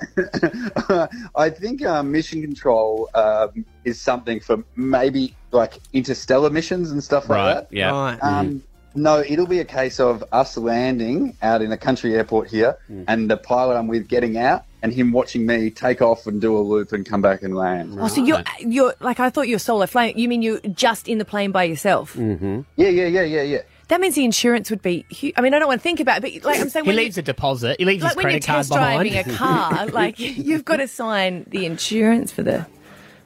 [SPEAKER 7] I think uh, mission control um, is something for maybe like interstellar missions and stuff like
[SPEAKER 4] Right.
[SPEAKER 7] that.
[SPEAKER 4] Yeah.
[SPEAKER 2] Right.
[SPEAKER 7] Um, no, it'll be a case of us landing out in a country airport here, and the pilot I'm with getting out, and him watching me take off and do a loop and come back and land.
[SPEAKER 3] Oh, so you're you're like I thought you're solo flying. You mean you're just in the plane by yourself?
[SPEAKER 7] Yeah, yeah, yeah, yeah, yeah.
[SPEAKER 3] That means the insurance would be. Hu- I mean, I don't want to think about it, but like I'm saying,
[SPEAKER 2] He
[SPEAKER 3] when you-
[SPEAKER 2] leaves a deposit. He leaves
[SPEAKER 3] like
[SPEAKER 2] his
[SPEAKER 3] when you're
[SPEAKER 2] credit card
[SPEAKER 3] test driving
[SPEAKER 2] behind.
[SPEAKER 3] a
[SPEAKER 2] [laughs]
[SPEAKER 3] car, like you've got to sign the insurance for the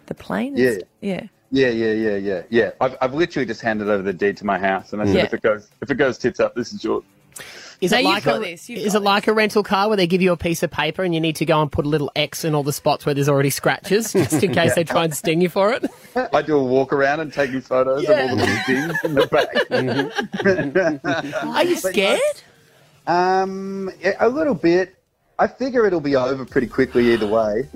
[SPEAKER 3] the plane. and
[SPEAKER 7] Yeah.
[SPEAKER 3] st- yeah.
[SPEAKER 7] Yeah, yeah, yeah, yeah, yeah. I've, I've literally just handed over the deed to my house, and I said,
[SPEAKER 3] Yeah.
[SPEAKER 7] if it goes, if it goes tits up, this is yours.
[SPEAKER 2] Is
[SPEAKER 3] No,
[SPEAKER 2] it
[SPEAKER 3] you've
[SPEAKER 2] like
[SPEAKER 3] got
[SPEAKER 2] a,
[SPEAKER 3] this, you've
[SPEAKER 2] is
[SPEAKER 3] got
[SPEAKER 2] it like a rental car where they give you a piece of paper and you need to go and put a little X in all the spots where there's
[SPEAKER 3] [laughs]
[SPEAKER 2] already scratches, just in case they try and sting you for it?
[SPEAKER 7] I do a walk around and taking photos of all the little dings in the back.
[SPEAKER 2] Are you scared?
[SPEAKER 7] um, yeah, a little bit. I figure it'll be over pretty quickly either way.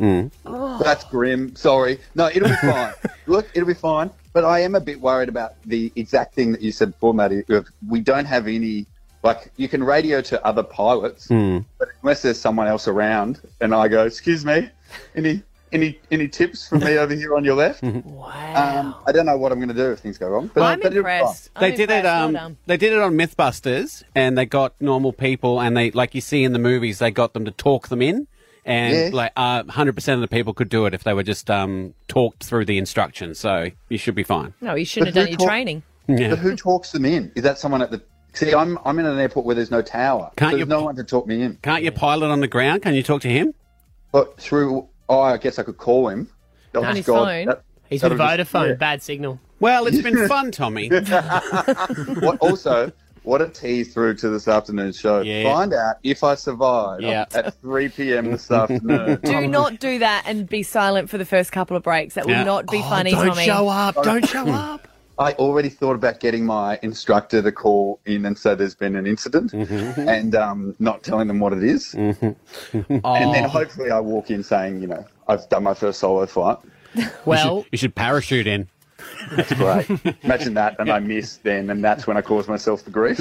[SPEAKER 7] That's grim. Sorry. No, it'll be fine. Look, it'll be fine. But I am a bit worried about the exact thing that you said before, Matty. If We don't have any. Like you can radio to other pilots, but unless there's someone else around, and I go, "Excuse me, any any any tips from me over here on your left?"
[SPEAKER 2] Wow.
[SPEAKER 7] Um, I don't know what I'm going to do if things go wrong. But
[SPEAKER 3] I'm
[SPEAKER 7] but it'll be fine.
[SPEAKER 3] impressed.
[SPEAKER 4] They
[SPEAKER 3] I'm
[SPEAKER 4] did it.
[SPEAKER 3] impressed. Well
[SPEAKER 4] Um,
[SPEAKER 3] done.
[SPEAKER 4] they did it on MythBusters, and they got normal people, and they like you see in the movies, they got them to talk them in, and
[SPEAKER 7] Yeah.
[SPEAKER 4] like uh, hundred percent of the people could do it if they were just um, talked through the instructions. So you should be fine.
[SPEAKER 3] No, you shouldn't have
[SPEAKER 7] But
[SPEAKER 3] done
[SPEAKER 7] who
[SPEAKER 3] your
[SPEAKER 7] taught-
[SPEAKER 3] training.
[SPEAKER 7] But who talks them in? Is that someone at the? See, I'm I'm in an airport where there's no tower.
[SPEAKER 4] Can't
[SPEAKER 7] so
[SPEAKER 4] you-
[SPEAKER 7] there's no one to talk me in.
[SPEAKER 4] Can't you pilot on the ground? Can you talk to him?
[SPEAKER 7] But through, oh, I guess I could call him. Oh,
[SPEAKER 3] On his phone.
[SPEAKER 2] He's with
[SPEAKER 7] that'll just-
[SPEAKER 2] Vodafone. Bad signal.
[SPEAKER 4] Well,
[SPEAKER 3] [laughs]
[SPEAKER 4] it's been fun, Tommy.
[SPEAKER 7] What also? What a tease through to this afternoon's show.
[SPEAKER 4] Yeah.
[SPEAKER 7] Find out if I survive
[SPEAKER 4] Yeah.
[SPEAKER 7] at 3 p.m. this
[SPEAKER 4] [laughs]
[SPEAKER 7] afternoon. Um,
[SPEAKER 3] Do not do that and be silent for the first couple of breaks. That will
[SPEAKER 4] Yeah.
[SPEAKER 3] not be
[SPEAKER 2] Oh,
[SPEAKER 3] funny,
[SPEAKER 2] don't
[SPEAKER 3] Tommy.
[SPEAKER 2] show up. Don't show up.
[SPEAKER 7] I already thought about getting my instructor to call in and say there's been an incident
[SPEAKER 4] Mm-hmm.
[SPEAKER 7] and um, not telling them what it is. And
[SPEAKER 4] Oh.
[SPEAKER 7] then hopefully I walk in saying, you know, I've done my first solo flight.
[SPEAKER 2] Well,
[SPEAKER 4] you should parachute in.
[SPEAKER 7] Great. Imagine that. And I miss then. And that's when I cause myself the grief.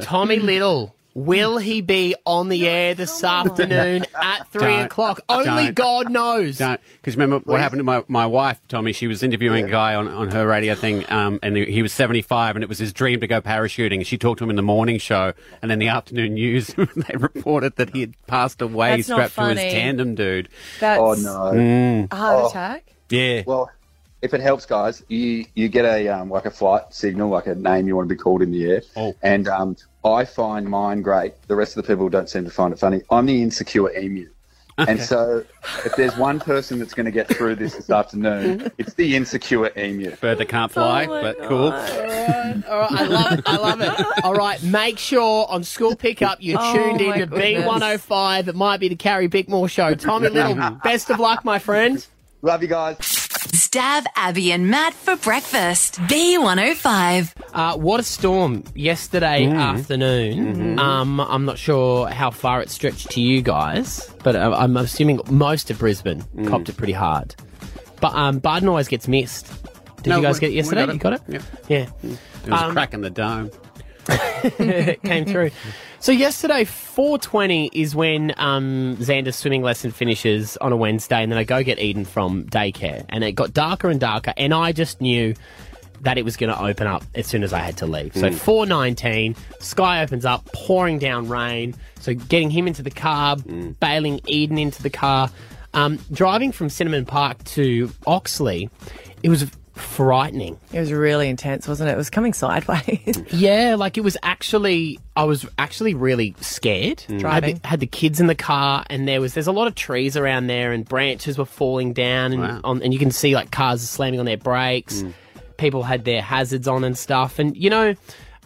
[SPEAKER 2] Tommy Little, will he be on the air this afternoon
[SPEAKER 3] [laughs]
[SPEAKER 2] at 3
[SPEAKER 4] Don't.
[SPEAKER 2] o'clock? Only
[SPEAKER 4] Don't.
[SPEAKER 2] God knows.
[SPEAKER 4] Because remember what happened to my, my wife, Tommy? She was interviewing a guy on, on her radio thing, um, and he he was 75, and it was his dream to go parachuting. She talked to him in the morning show, and in the afternoon news, [laughs] they reported that he had passed away
[SPEAKER 3] That's not
[SPEAKER 4] strapped to
[SPEAKER 3] funny.
[SPEAKER 4] his tandem dude.
[SPEAKER 3] That's
[SPEAKER 7] oh, no.
[SPEAKER 3] a heart
[SPEAKER 7] Oh.
[SPEAKER 3] attack.
[SPEAKER 4] Yeah.
[SPEAKER 7] Well, if it helps, guys, you you get a um, like a flight signal, like a name you want to be called in the air.
[SPEAKER 4] Oh.
[SPEAKER 7] And um, I find mine great. The rest of the people don't seem to find it funny. I'm the insecure emu. And so, if there's one person that's going to get through this this afternoon, it's the insecure emu.
[SPEAKER 4] Bird that can't fly,
[SPEAKER 3] Oh my
[SPEAKER 4] but
[SPEAKER 3] God.
[SPEAKER 4] cool.
[SPEAKER 2] All right, I love it. I love it. All right, make sure on school pickup you're
[SPEAKER 3] Oh,
[SPEAKER 2] tuned in
[SPEAKER 3] my
[SPEAKER 2] to
[SPEAKER 3] goodness.
[SPEAKER 2] B105. It might be the Carrie Bickmore show. Tommy
[SPEAKER 3] [laughs]
[SPEAKER 2] Little, best of luck, my friend.
[SPEAKER 7] Love you guys.
[SPEAKER 6] Stab Abby and Matt for breakfast. B105.
[SPEAKER 2] Uh, what a storm yesterday
[SPEAKER 4] Mm.
[SPEAKER 2] afternoon.
[SPEAKER 4] Mm-hmm.
[SPEAKER 2] Um, I'm not sure how far it stretched to you guys, but uh, I'm assuming most of Brisbane
[SPEAKER 4] Mm.
[SPEAKER 2] copped it pretty hard. But um, Barden always gets missed. Did
[SPEAKER 4] No,
[SPEAKER 2] you guys
[SPEAKER 4] we-
[SPEAKER 2] get it
[SPEAKER 4] we
[SPEAKER 2] yesterday?
[SPEAKER 4] got it.
[SPEAKER 2] You got it? Um,
[SPEAKER 4] Yep.
[SPEAKER 2] Yeah.
[SPEAKER 4] There was a crack in the dome.
[SPEAKER 2] it [laughs] came through. So yesterday, four twenty is when um, Xander's swimming lesson finishes on a Wednesday, and then I go get Eden from daycare, and it got darker and darker, and I just knew that it was going to open up as soon as I had to leave. So four nineteen, sky opens up, pouring down rain. So getting him into the car, bailing Eden into the car, um, driving from Cinnamon Park to Oxley, it was frightening.
[SPEAKER 3] It was really intense, wasn't it? It was coming sideways. [laughs]
[SPEAKER 2] Yeah, like it was actually, I was actually really scared. I
[SPEAKER 3] Driving.
[SPEAKER 2] had the, had the kids in the car, and there was there's a lot of trees around there, and branches were falling down, and
[SPEAKER 4] Wow.
[SPEAKER 2] on, and you can see like cars slamming on their brakes. People had their hazards on and stuff, and you know.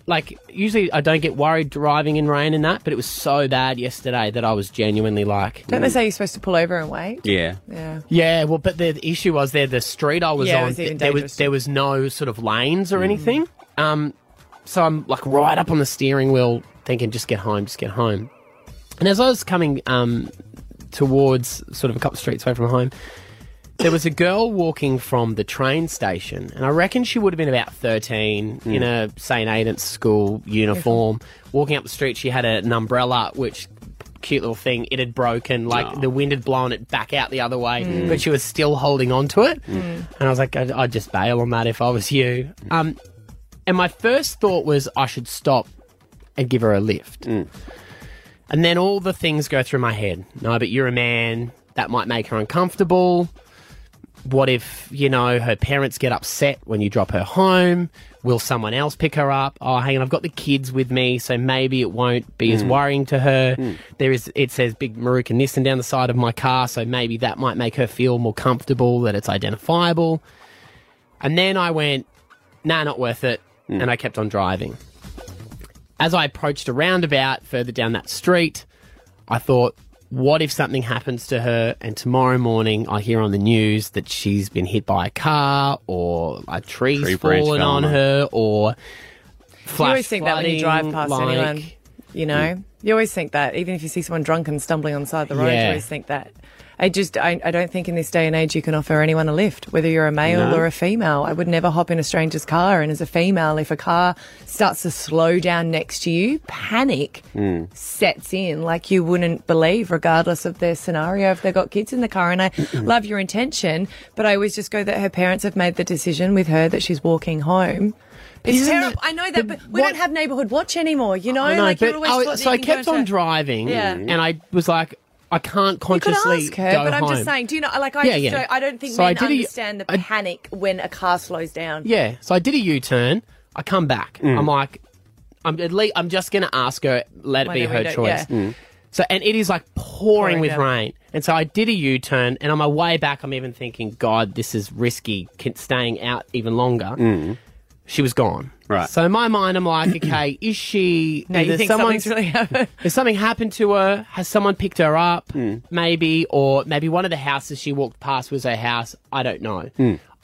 [SPEAKER 2] Like usually, I don't get worried driving in rain and that, but it was so bad yesterday that I was genuinely like,
[SPEAKER 3] don't they say you're supposed to pull over and wait?
[SPEAKER 4] Yeah.
[SPEAKER 3] Yeah.
[SPEAKER 2] yeah, well, but the the issue was there the street I was
[SPEAKER 3] Yeah, it
[SPEAKER 2] on.
[SPEAKER 3] was even
[SPEAKER 2] there was
[SPEAKER 3] dangerous.
[SPEAKER 2] there was no sort of lanes or anything. Um, so I'm like right up on the steering wheel, thinking, just get home, just get home. And as I was coming um, towards sort of a couple of streets away from home, there was a girl walking from the train station, and I reckon she would have been about 13 in a St. Aidan's school uniform. Walking up the street, she had an umbrella, which cute little thing it had broken like the wind had blown it back out the other way but she was still holding on to it and i was like I'd, I'd just bail on that if i was you um, and my first thought was i should stop and give her a lift and then all the things go through my head. No, but you're a man. That might make her uncomfortable. What if, you know, her parents get upset when you drop her home? Will someone else pick her up? Oh, hang on, I've got the kids with me, so maybe it won't be as worrying to her. There is, it says big Maruka Nissan down the side of my car, so maybe that might make her feel more comfortable that it's identifiable. And then I went, nah, not worth it. And I kept on driving as I approached a roundabout further down that street, I thought, what if something happens to her and tomorrow morning I hear on the news that she's been hit by a car or a tree's
[SPEAKER 4] Tree branch
[SPEAKER 2] fallen
[SPEAKER 4] fell
[SPEAKER 2] on
[SPEAKER 4] on her.
[SPEAKER 2] her or
[SPEAKER 3] You
[SPEAKER 2] flash
[SPEAKER 3] always think that when you drive
[SPEAKER 2] flooding,
[SPEAKER 3] past
[SPEAKER 2] like-
[SPEAKER 3] anyone, you know. You always think that, even if you see someone drunk and stumbling on the side of the road,
[SPEAKER 2] Yeah.
[SPEAKER 3] you always think that. I just, I, I don't think in this day and age you can offer anyone a lift, whether you're a male or a female. I would never hop in a stranger's car. And as a female, if a car starts to slow down next to you, panic
[SPEAKER 2] Hmm.
[SPEAKER 3] sets in like you wouldn't believe, regardless of their scenario, if they've got kids in the car. And I love your intention, but I always just go that her parents have made the decision with her that she's walking home. It's
[SPEAKER 2] Isn't
[SPEAKER 3] terrible.
[SPEAKER 2] it-
[SPEAKER 3] I know that,
[SPEAKER 2] but
[SPEAKER 3] but we
[SPEAKER 2] what-
[SPEAKER 3] don't have neighborhood watch anymore. You know,
[SPEAKER 2] I know,
[SPEAKER 3] like
[SPEAKER 2] but
[SPEAKER 3] you always
[SPEAKER 2] I-
[SPEAKER 3] thought that
[SPEAKER 2] so
[SPEAKER 3] you
[SPEAKER 2] I
[SPEAKER 3] can go
[SPEAKER 2] kept
[SPEAKER 3] into
[SPEAKER 2] on
[SPEAKER 3] a-
[SPEAKER 2] driving
[SPEAKER 3] Yeah.
[SPEAKER 2] and I was like, I can't
[SPEAKER 3] You could
[SPEAKER 2] consciously
[SPEAKER 3] ask her,
[SPEAKER 2] go
[SPEAKER 3] but I'm
[SPEAKER 2] home.
[SPEAKER 3] just saying. Do you know? Like, I
[SPEAKER 2] Yeah,
[SPEAKER 3] just
[SPEAKER 2] yeah.
[SPEAKER 3] Don't, I don't think
[SPEAKER 2] So I
[SPEAKER 3] men
[SPEAKER 2] did a-
[SPEAKER 3] understand the
[SPEAKER 2] I-
[SPEAKER 3] panic when a car slows down.
[SPEAKER 2] Yeah. So I did a U turn. I come back. I'm like, I'm at least I'm just gonna ask her. Let it be
[SPEAKER 3] Whether we
[SPEAKER 2] her
[SPEAKER 3] don't-
[SPEAKER 2] choice.
[SPEAKER 3] yeah.
[SPEAKER 2] So and it is like pouring
[SPEAKER 3] Pouring
[SPEAKER 2] with
[SPEAKER 3] down.
[SPEAKER 2] rain. And so I did a U turn, and on my way back, I'm even thinking, God, this is risky. Can- Staying out even longer. She was gone.
[SPEAKER 4] Right.
[SPEAKER 2] So in my mind, I'm like, okay, is she?
[SPEAKER 3] Now you
[SPEAKER 2] either
[SPEAKER 3] think
[SPEAKER 2] someone's-
[SPEAKER 3] something's
[SPEAKER 2] [laughs]
[SPEAKER 3] really happened.
[SPEAKER 2] has something happened to her? Has someone picked her up? Maybe, or maybe one of the houses she walked past was her house. I don't know.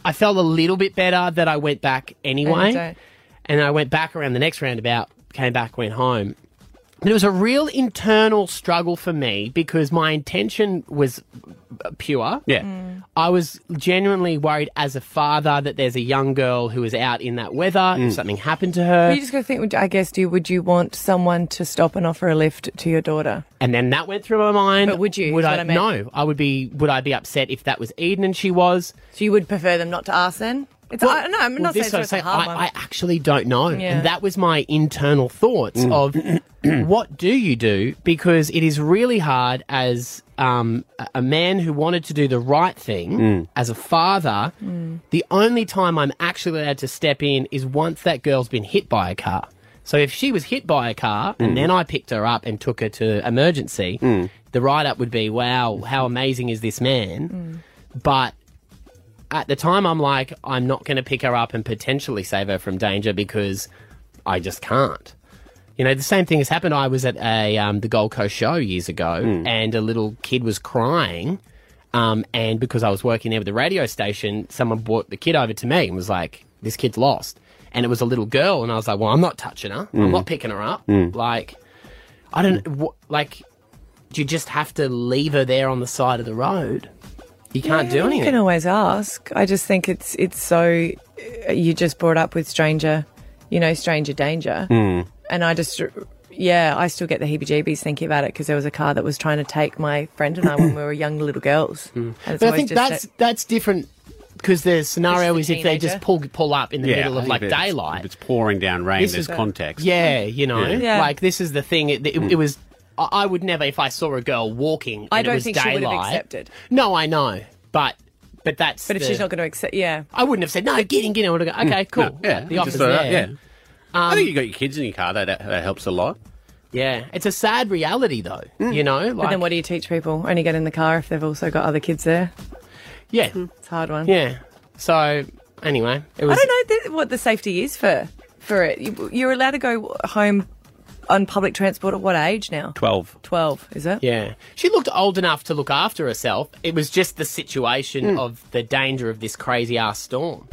[SPEAKER 2] I felt a little bit better that I went back anyway.
[SPEAKER 3] don't.
[SPEAKER 2] And I went back around the next roundabout, came back, went home. But it was a real internal struggle for me because my intention was uh, pure.
[SPEAKER 4] Yeah.
[SPEAKER 2] I was genuinely worried as a father that there's a young girl who is out in that weather. If something happened to her,
[SPEAKER 3] You just got to think. would- I guess, do you, would you want someone to stop and offer a lift to your daughter?
[SPEAKER 2] And then that went through my mind.
[SPEAKER 3] But would you,
[SPEAKER 2] Would
[SPEAKER 3] is
[SPEAKER 2] I?
[SPEAKER 3] what I meant.
[SPEAKER 2] No, I would be. Would I be upset if that was Eden and she was?
[SPEAKER 3] So you would prefer them not to ask then? It's I, no, I'm
[SPEAKER 2] Well,
[SPEAKER 3] not saying
[SPEAKER 2] this
[SPEAKER 3] it's
[SPEAKER 2] I
[SPEAKER 3] a
[SPEAKER 2] say,
[SPEAKER 3] hard
[SPEAKER 2] I,
[SPEAKER 3] one.
[SPEAKER 2] I actually don't know,
[SPEAKER 3] Yeah.
[SPEAKER 2] and that was my internal thoughts of [clears throat] what do you do because it is really hard as um, a- a man who wanted to do the right thing as a father.
[SPEAKER 3] Mm.
[SPEAKER 2] The only time I'm actually allowed to step in is once that girl's been hit by a car. So if she was hit by a car and then I picked her up and took her to emergency, the write up would be, wow, how amazing is this man?
[SPEAKER 3] Mm.
[SPEAKER 2] But at the time, I'm like, I'm not going to pick her up and potentially save her from danger because I just can't. You know, the same thing has happened. I was at a um, the Gold Coast show years ago, and a little kid was crying. Um, and because I was working there with the radio station, someone brought the kid over to me and was like, "This kid's lost," and it was a little girl, and I was like, "Well, I'm not touching her. I'm not picking her up. Like, I don't wh- like. You just have to leave her there on the side of the road. You can't do anything.
[SPEAKER 3] You can always ask. I just think it's it's so uh, you just brought up with stranger, you know, stranger danger,
[SPEAKER 2] Hmm.
[SPEAKER 3] and I just. Yeah, I still get the heebie-jeebies thinking about it because there was a car that was trying to take my friend and I when we were young little girls. And it's
[SPEAKER 2] Hmm. But I
[SPEAKER 3] always
[SPEAKER 2] think that's that's different because the scenario
[SPEAKER 3] It's
[SPEAKER 2] is
[SPEAKER 3] the
[SPEAKER 2] if they just pull pull up in the
[SPEAKER 4] Yeah,
[SPEAKER 2] middle of
[SPEAKER 4] if
[SPEAKER 2] like
[SPEAKER 4] it's-
[SPEAKER 2] daylight.
[SPEAKER 4] If it's pouring down rain,
[SPEAKER 2] This
[SPEAKER 4] there's
[SPEAKER 2] is-
[SPEAKER 4] context. Mm.
[SPEAKER 2] yeah, you know,
[SPEAKER 3] Yeah.
[SPEAKER 2] like this is the thing. It, it, it was. I I would never, if I saw a girl walking,
[SPEAKER 3] I
[SPEAKER 2] and it
[SPEAKER 3] don't
[SPEAKER 2] was
[SPEAKER 3] think she
[SPEAKER 2] daylight.
[SPEAKER 3] would have accepted.
[SPEAKER 2] No, I know, but but that's.
[SPEAKER 3] But if
[SPEAKER 2] the-
[SPEAKER 3] she's not going to accept, yeah,
[SPEAKER 2] I wouldn't have said no. Get in, get in. I would have gone, okay, cool.
[SPEAKER 4] Mm. No, yeah.
[SPEAKER 2] the Um,
[SPEAKER 4] just
[SPEAKER 2] office
[SPEAKER 4] throw it out,
[SPEAKER 2] there.
[SPEAKER 4] Yeah. I think you got your kids in your car. That, that helps a lot.
[SPEAKER 2] Yeah. it's a sad reality though.
[SPEAKER 4] Mm.
[SPEAKER 2] You know, like
[SPEAKER 3] But then what do you teach people? Only get in the car if they've also got other kids there.
[SPEAKER 2] yeah,
[SPEAKER 3] It's a hard one.
[SPEAKER 2] yeah. So anyway, it was.
[SPEAKER 3] Mm. I don't know th- what the safety is for for it. You, you're allowed to go home on public transport at what age now?
[SPEAKER 4] 12.
[SPEAKER 3] Twelve, is it?
[SPEAKER 2] Yeah. She looked old enough to look after herself. It was just the situation
[SPEAKER 3] Hmm.
[SPEAKER 2] of the danger of this crazy ass storm.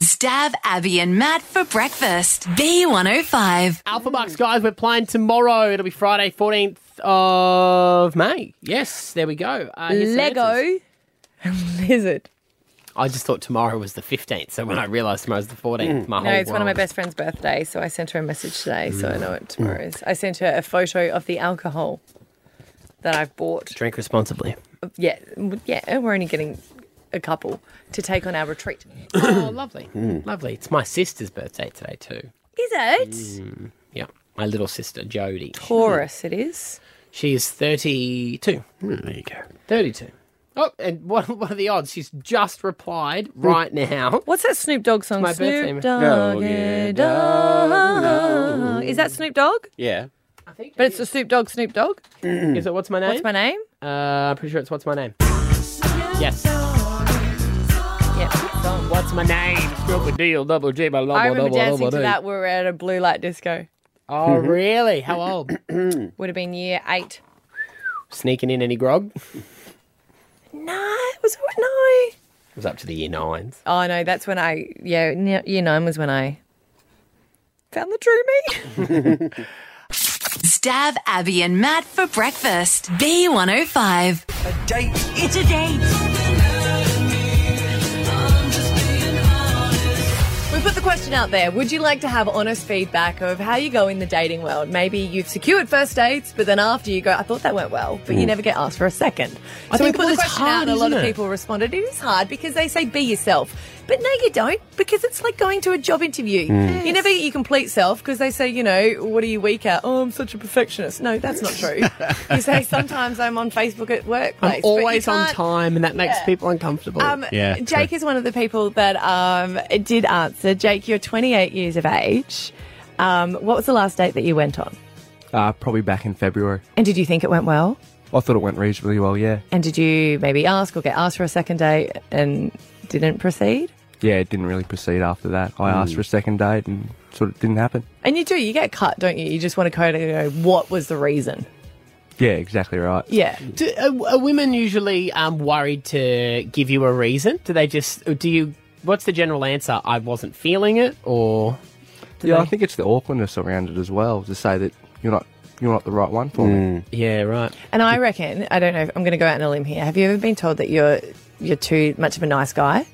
[SPEAKER 6] Stab Abby and Matt for breakfast. B105.
[SPEAKER 2] Alpha Bucks, guys, we're playing tomorrow. It'll be Friday, 14th of May. Yes, there we go. Uh, here's some answers. [laughs]
[SPEAKER 3] Lego lizard.
[SPEAKER 2] I just thought tomorrow was the 15th. So when I realised tomorrow's the 14th, my
[SPEAKER 4] Oh,
[SPEAKER 2] whole
[SPEAKER 3] Hmm. No, it's one of my
[SPEAKER 2] world-
[SPEAKER 3] best friend's birthday, so I sent her a message today, so I know
[SPEAKER 4] Mm.
[SPEAKER 3] it tomorrow is. I sent her a photo of the alcohol that I've bought.
[SPEAKER 2] Drink responsibly.
[SPEAKER 3] Yeah, w- yeah, and we're only getting a couple to take on our retreat.
[SPEAKER 2] oh, lovely. Lovely. It's my sister's birthday today, too.
[SPEAKER 3] Is it?
[SPEAKER 2] Yeah. My little sister, Jodie.
[SPEAKER 3] Taurus, it is.
[SPEAKER 2] She is 32.
[SPEAKER 4] there you go.
[SPEAKER 2] 32. Oh, and [laughs] what, what are the odds? She's just replied right [laughs] now.
[SPEAKER 3] What's that Snoop Dogg song?
[SPEAKER 2] my birthday,
[SPEAKER 3] Snoop
[SPEAKER 2] man.
[SPEAKER 3] Dogg,
[SPEAKER 4] yeah,
[SPEAKER 3] Dogg. Is that Snoop Dogg?
[SPEAKER 4] Yeah.
[SPEAKER 3] But it's the Snoop Dogg, Snoop Dogg.
[SPEAKER 2] Is it What's My Name?
[SPEAKER 3] What's my name?
[SPEAKER 2] uh, I'm pretty sure it's What's My Name. Yes.
[SPEAKER 3] Yeah, good song.
[SPEAKER 2] What's My Name? Stroke a deal, double G, my
[SPEAKER 3] I remember dancing to that. Mm-hmm. We were at a blue light disco.
[SPEAKER 2] Oh,
[SPEAKER 3] [laughs]
[SPEAKER 2] really? How old?
[SPEAKER 3] Would have been year eight.
[SPEAKER 2] [laughs] Sneaking in any grog? It
[SPEAKER 3] No, it was no.
[SPEAKER 2] was up to the year nines.
[SPEAKER 3] Oh no, that's when I yeah ne- year nine was when I found the true me.
[SPEAKER 6] [laughs] Stab Abby and Matt for breakfast. B105.
[SPEAKER 8] It's a date.
[SPEAKER 3] We put the question out there. Would you like to have honest feedback of how you go in the dating world? Maybe you've secured first dates, but then after you go, I thought that went well, but you never get asked for a second. so
[SPEAKER 2] Mm. think,
[SPEAKER 3] we put
[SPEAKER 2] well,
[SPEAKER 3] the
[SPEAKER 2] it's
[SPEAKER 3] question out,
[SPEAKER 2] hard,
[SPEAKER 3] and a lot
[SPEAKER 2] isn't
[SPEAKER 3] of
[SPEAKER 2] it?
[SPEAKER 3] people responded. It is hard because they say be yourself, but no, you don't because it's like going to a job interview.
[SPEAKER 2] Mm.
[SPEAKER 3] You never get your complete self because they say, you know, what are you weak at? Oh, I'm such a perfectionist. No, that's not
[SPEAKER 2] [laughs]
[SPEAKER 3] true. you say sometimes I'm on Facebook at workplace.
[SPEAKER 2] I'm
[SPEAKER 3] but you
[SPEAKER 2] always on
[SPEAKER 3] can't-
[SPEAKER 2] time, and that makes
[SPEAKER 3] Yeah.
[SPEAKER 2] people uncomfortable.
[SPEAKER 3] um,
[SPEAKER 4] Yeah,
[SPEAKER 3] Jake
[SPEAKER 4] true.
[SPEAKER 3] is one of the people that um, did answer. Jake, you're 28 years of age. Um, what was the last date that you went on?
[SPEAKER 9] Uh, probably back in February.
[SPEAKER 3] And did you think it went well?
[SPEAKER 9] I thought it went reasonably well, yeah.
[SPEAKER 3] And did you maybe ask or get asked for a second date and didn't proceed?
[SPEAKER 9] Yeah, it didn't really proceed after that. I asked for a second date and sort of didn't happen.
[SPEAKER 3] And you do, you get cut, don't you? You just want to go to you know, what was the reason?
[SPEAKER 9] Yeah, exactly right.
[SPEAKER 3] Yeah.
[SPEAKER 2] Do, are, are women usually um, worried to give you a reason? Do they just? Do you? What's the general answer? I wasn't feeling it, or
[SPEAKER 9] yeah, I think it's the awkwardness around it as well to say that you're not you're not the right one for me.
[SPEAKER 2] yeah, right.
[SPEAKER 3] And I reckon, I don't know, if I'm going to go out on a limb here. Have you ever been told that you're you're too much of a nice guy?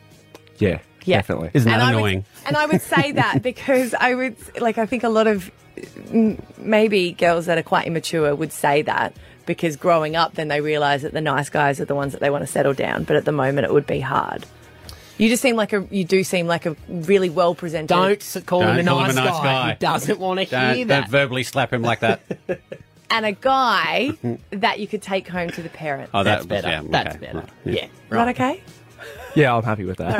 [SPEAKER 9] Yeah,
[SPEAKER 3] Yeah.
[SPEAKER 9] definitely.
[SPEAKER 4] Isn't that
[SPEAKER 3] I would-
[SPEAKER 4] annoying?
[SPEAKER 3] [laughs] and I would say
[SPEAKER 4] [laughs]
[SPEAKER 3] that because I would like I think a lot of mm, maybe girls that are quite immature would say that because growing up then they realize that the nice guys are the ones that they want to settle down, but at the moment it would be hard. You just seem like a you do seem like a really well presented.
[SPEAKER 2] Don't s- call, him, a
[SPEAKER 4] Don't call him a
[SPEAKER 2] nice
[SPEAKER 4] nice
[SPEAKER 2] guy.
[SPEAKER 4] guy.
[SPEAKER 2] He doesn't want to hear
[SPEAKER 4] Don't,
[SPEAKER 2] that.
[SPEAKER 4] don't verbally slap him like that.
[SPEAKER 3] and a guy that you could take home to the parents.
[SPEAKER 4] Oh,
[SPEAKER 2] That's
[SPEAKER 4] that was-
[SPEAKER 2] better.
[SPEAKER 4] yeah,
[SPEAKER 2] That's
[SPEAKER 4] okay.
[SPEAKER 2] better.
[SPEAKER 4] Yeah.
[SPEAKER 2] Yeah.
[SPEAKER 3] Is that okay?
[SPEAKER 9] yeah, I'm happy with that.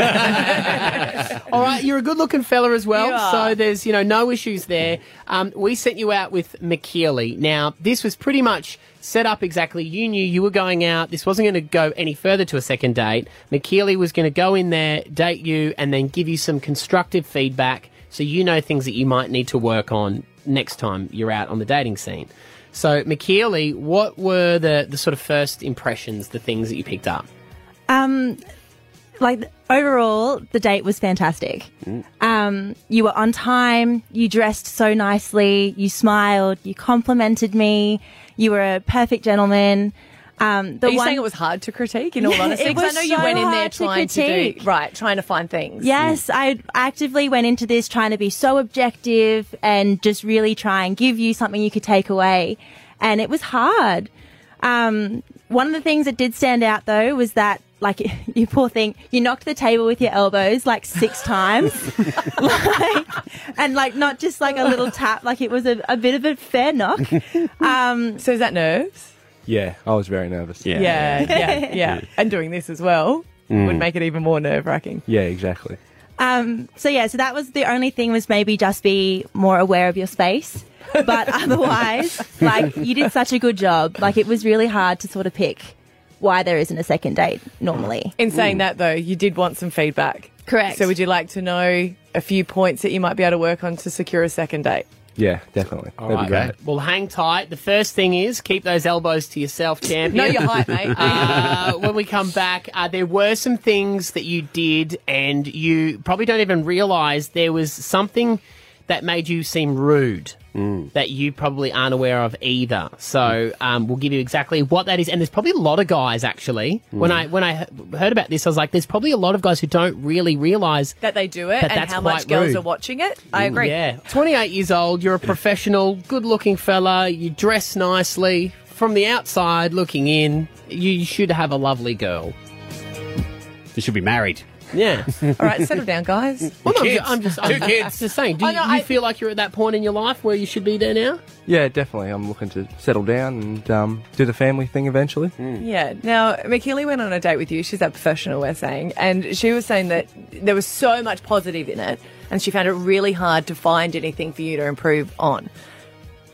[SPEAKER 2] All right, you're a good-looking fella as well,
[SPEAKER 3] You are.
[SPEAKER 2] so there's you know no issues there. Um, we sent you out with McKeely. Now this was pretty much set up exactly. You knew you were going out. This wasn't going to go any further to a second date. McKeely was going to go in there, date you, and then give you some constructive feedback, so you know things that you might need to work on next time you're out on the dating scene. So McKeely, what were the the sort of first impressions, the things that you picked up?
[SPEAKER 8] Um, like th- overall, the date was fantastic. Um, you were on time. You dressed so nicely. You smiled. You complimented me. You were a perfect gentleman. Um, the
[SPEAKER 3] Are you
[SPEAKER 8] one,
[SPEAKER 3] saying it was hard to critique in all honesty?
[SPEAKER 8] it
[SPEAKER 3] 'Cause
[SPEAKER 8] was
[SPEAKER 3] I know you
[SPEAKER 8] so
[SPEAKER 3] went in there
[SPEAKER 8] hard to
[SPEAKER 3] trying to
[SPEAKER 8] critique.
[SPEAKER 3] do right, trying to find things.
[SPEAKER 8] Yes, I actively went into this trying to be so objective and just really try and give you something you could take away. And it was hard. Um, one of the things that did stand out though was that, like, [laughs] you poor thing, you knocked the table with your elbows like [laughs] six times. like, and like, not just like a little tap, like it was a, a bit of a fair knock.
[SPEAKER 3] So is that nerves?
[SPEAKER 9] [laughs] yeah, I was very nervous.
[SPEAKER 4] Yeah.
[SPEAKER 3] Yeah, Mm. yeah, [laughs] yeah. And doing this as well would make it even more nerve wracking.
[SPEAKER 9] yeah, exactly.
[SPEAKER 8] Um, so yeah, so that was the only thing was maybe just be more aware of your space. But otherwise, like you did such a good job. Like it was really hard to sort of pick why there isn't a second date normally.
[SPEAKER 3] In saying that, though, you did want some feedback.
[SPEAKER 8] Correct.
[SPEAKER 3] So would you like to know a few points that you might be able to work on to secure a second [laughs] date?
[SPEAKER 9] Yeah, definitely. That'd be great.
[SPEAKER 2] Okay. Well, hang tight. The first thing is keep those elbows to yourself, champion.
[SPEAKER 3] No, you're high, [laughs] mate.
[SPEAKER 2] uh, when we come back, uh, there were some things that you did, and you probably don't even realise there was something that made you seem rude. that you probably aren't aware of either. So um, we'll give you exactly what that is. And there's probably a lot of guys actually. When I when I he- heard about this, I was like, there's probably a lot of guys who don't really realise.
[SPEAKER 3] that they do it
[SPEAKER 2] But
[SPEAKER 3] and
[SPEAKER 2] that's
[SPEAKER 3] how
[SPEAKER 2] quite
[SPEAKER 3] much girls
[SPEAKER 2] rude.
[SPEAKER 3] are watching it. I agree.
[SPEAKER 2] Yeah, 28 years old. You're a professional, good-looking fella. You dress nicely. From the outside looking in, you should have a lovely girl.
[SPEAKER 4] [laughs] You should be married.
[SPEAKER 2] [laughs] Yeah.
[SPEAKER 3] All right, settle down, guys. [laughs]
[SPEAKER 2] Well, no, I'm,
[SPEAKER 4] Kids.
[SPEAKER 2] ju- I'm just, I'm
[SPEAKER 4] Two kids.
[SPEAKER 2] just saying. Do
[SPEAKER 3] Oh,
[SPEAKER 2] you,
[SPEAKER 3] no,
[SPEAKER 2] you
[SPEAKER 3] I-
[SPEAKER 2] feel like you're at that point in your life where you should be there now?
[SPEAKER 9] Yeah, definitely. I'm looking to settle down and um, do the family thing eventually.
[SPEAKER 3] Yeah. Now, McKeely went on a date with you. She's that professional, we're saying. And she was saying that there was so much positive in it, and she found it really hard to find anything for you to improve on.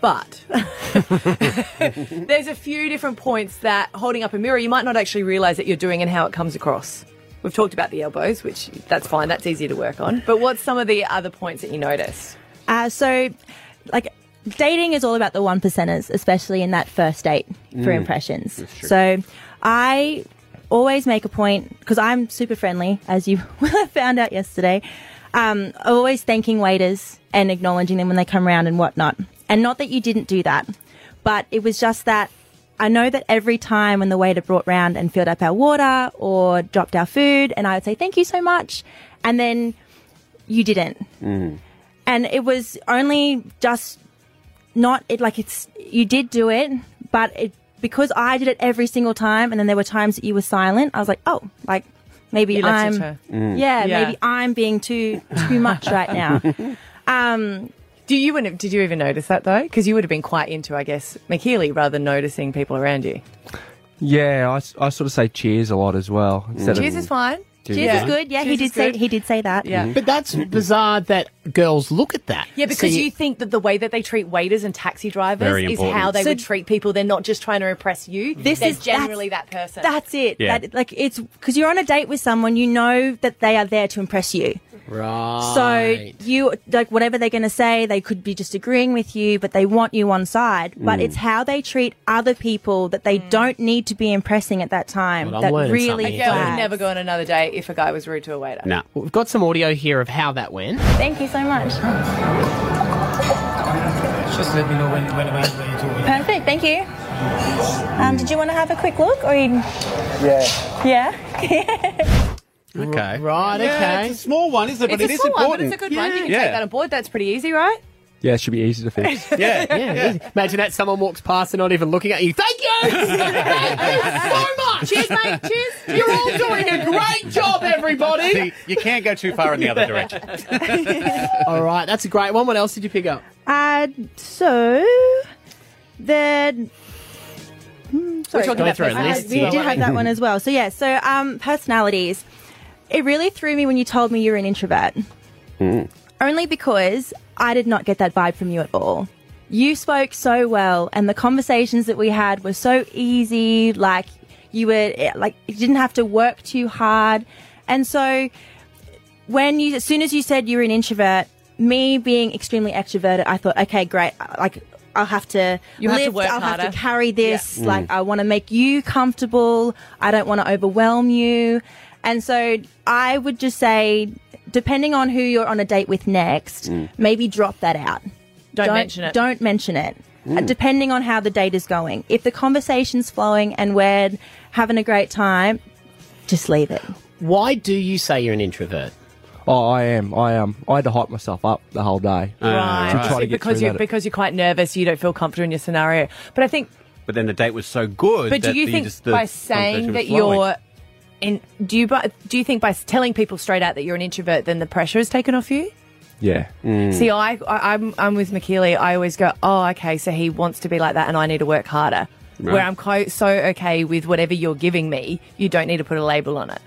[SPEAKER 3] But [laughs] there's a few different points that holding up a mirror, you might not actually realize that you're doing and how it comes across. We've talked about the elbows, which that's fine, that's easier to work on. But what's some of the other points that you noticed?
[SPEAKER 8] Uh, so, like, dating is all about the one percenters, especially in that first date for impressions. So, I always make a point because I'm super friendly, as you [laughs] found out yesterday. Um, always thanking waiters and acknowledging them when they come around and whatnot. And not that you didn't do that, but it was just that I know that every time when the waiter brought round and filled up our water or dropped our food, and I would say thank you so much, and then you didn't and it was only just not it like it's you did do it but it because i did it every single time and then there were times that you were silent i was like oh like maybe
[SPEAKER 3] You
[SPEAKER 8] i'm
[SPEAKER 3] lectured her.
[SPEAKER 2] Mm.
[SPEAKER 8] yeah,
[SPEAKER 3] Yeah.
[SPEAKER 8] maybe i'm being too too much right
[SPEAKER 2] [laughs]
[SPEAKER 8] now um
[SPEAKER 3] Do you wouldn't have- did you even notice that though? Because you would have been quite into, I guess, McKeely rather than noticing people around you.
[SPEAKER 9] Yeah, I, s- I sort of say cheers a lot as well. instead of-
[SPEAKER 3] Cheers is fine.
[SPEAKER 8] cheers
[SPEAKER 3] Yeah.
[SPEAKER 8] is good yeah he
[SPEAKER 3] Cheers
[SPEAKER 8] did
[SPEAKER 3] is
[SPEAKER 8] say
[SPEAKER 3] good.
[SPEAKER 8] he did say that
[SPEAKER 3] Yeah.
[SPEAKER 2] But that's bizarre that girls look at that.
[SPEAKER 3] Yeah, because
[SPEAKER 2] So
[SPEAKER 3] you think that the way that they treat waiters and taxi
[SPEAKER 4] Very
[SPEAKER 3] drivers is
[SPEAKER 4] important.
[SPEAKER 3] how they
[SPEAKER 8] So-
[SPEAKER 3] would treat people. They're not just trying to impress you.
[SPEAKER 8] This
[SPEAKER 3] They're
[SPEAKER 8] is- that's-
[SPEAKER 3] generally that person.
[SPEAKER 8] that's it
[SPEAKER 4] Yeah.
[SPEAKER 8] that, like it's because you're on a date with someone you know that they are there to impress you
[SPEAKER 2] Right.
[SPEAKER 8] So you like whatever they're going to say, they could be just agreeing with you, but they want you on side. But
[SPEAKER 2] Mm.
[SPEAKER 8] it's how they treat other people that they
[SPEAKER 3] Mm.
[SPEAKER 8] don't need to be impressing at that time.
[SPEAKER 2] Well, I'm
[SPEAKER 8] that
[SPEAKER 2] learning
[SPEAKER 8] really
[SPEAKER 2] something
[SPEAKER 3] a girl would
[SPEAKER 8] flags.
[SPEAKER 3] never go on another date if a guy was rude to a waiter.
[SPEAKER 4] No.
[SPEAKER 2] Well, we've got some audio here of how that went.
[SPEAKER 8] Thank you so much.
[SPEAKER 10] Just let me know when, when I'm when you're talking.
[SPEAKER 8] Perfect. Thank you. Um, did you want to have a quick look, or you... yeah, yeah?
[SPEAKER 4] [laughs] Okay.
[SPEAKER 2] Right,
[SPEAKER 4] Yeah,
[SPEAKER 2] okay.
[SPEAKER 4] It's a small one, isn't it?
[SPEAKER 3] It's
[SPEAKER 4] but it
[SPEAKER 3] a
[SPEAKER 4] is
[SPEAKER 3] small one, but
[SPEAKER 4] important.
[SPEAKER 3] it's a good one. You can
[SPEAKER 4] Yeah.
[SPEAKER 3] take that on board. That's pretty easy, right?
[SPEAKER 9] Yeah, it should be easy to fix.
[SPEAKER 4] Yeah.
[SPEAKER 2] Yeah, easy. Imagine that someone walks past and not even looking at you. Thank you! [laughs] Thank you so much!
[SPEAKER 3] Cheers, mate. Cheers.
[SPEAKER 2] You're all doing a great job, everybody!
[SPEAKER 4] See, you can't go too far in
[SPEAKER 3] [laughs]
[SPEAKER 4] the other direction.
[SPEAKER 2] All right, that's a great one. What else did you pick up?
[SPEAKER 8] uh, so the
[SPEAKER 3] We're talking
[SPEAKER 2] Go
[SPEAKER 3] about
[SPEAKER 2] through a
[SPEAKER 3] personality.
[SPEAKER 2] list
[SPEAKER 8] we
[SPEAKER 2] here.
[SPEAKER 8] did have that one as well. So yeah, so um, personalities. It really threw me when you told me you're an introvert. Only because I did not get that vibe from you at all. You spoke so well, and the conversations that we had were so easy. Like you were eh, like you didn't have to work too hard, and so when you as soon as you said you were an introvert, me being extremely extroverted, I thought, okay, great, like. I'll have to
[SPEAKER 3] You have to
[SPEAKER 8] lift,
[SPEAKER 3] work
[SPEAKER 8] I'll
[SPEAKER 3] harder.
[SPEAKER 8] have to carry this. Like, I want to make you comfortable. I don't want to overwhelm you. And so I would just say, depending on who you're on a date with next, maybe drop that out.
[SPEAKER 3] Don't mention it.
[SPEAKER 8] Don't mention it. Uh, Depending on how the date is going. If the conversation's flowing and we're having a great time, just leave it.
[SPEAKER 2] Why do you say you're an introvert?
[SPEAKER 9] oh, I am. I am. I had to hype myself up the whole day.
[SPEAKER 3] Right.
[SPEAKER 9] To try to get
[SPEAKER 3] because
[SPEAKER 9] through
[SPEAKER 3] you're
[SPEAKER 9] that.
[SPEAKER 3] because you're quite nervous, you don't feel comfortable in your scenario. But I think
[SPEAKER 4] But then the date was so good.
[SPEAKER 3] But
[SPEAKER 4] that
[SPEAKER 3] do you
[SPEAKER 4] the-
[SPEAKER 3] think
[SPEAKER 4] just the
[SPEAKER 3] by saying
[SPEAKER 4] conversation was
[SPEAKER 3] that
[SPEAKER 4] flowing.
[SPEAKER 3] you're in, do you bu- do you think by s- telling people straight out that you're an introvert, then the pressure is taken off you?
[SPEAKER 9] yeah.
[SPEAKER 3] See, I, I I'm I'm with McKeely. I always go, oh, okay, so he wants to be like that, and I need to work harder. Where I'm co- so okay with whatever you're giving me, you don't need to put a label on it.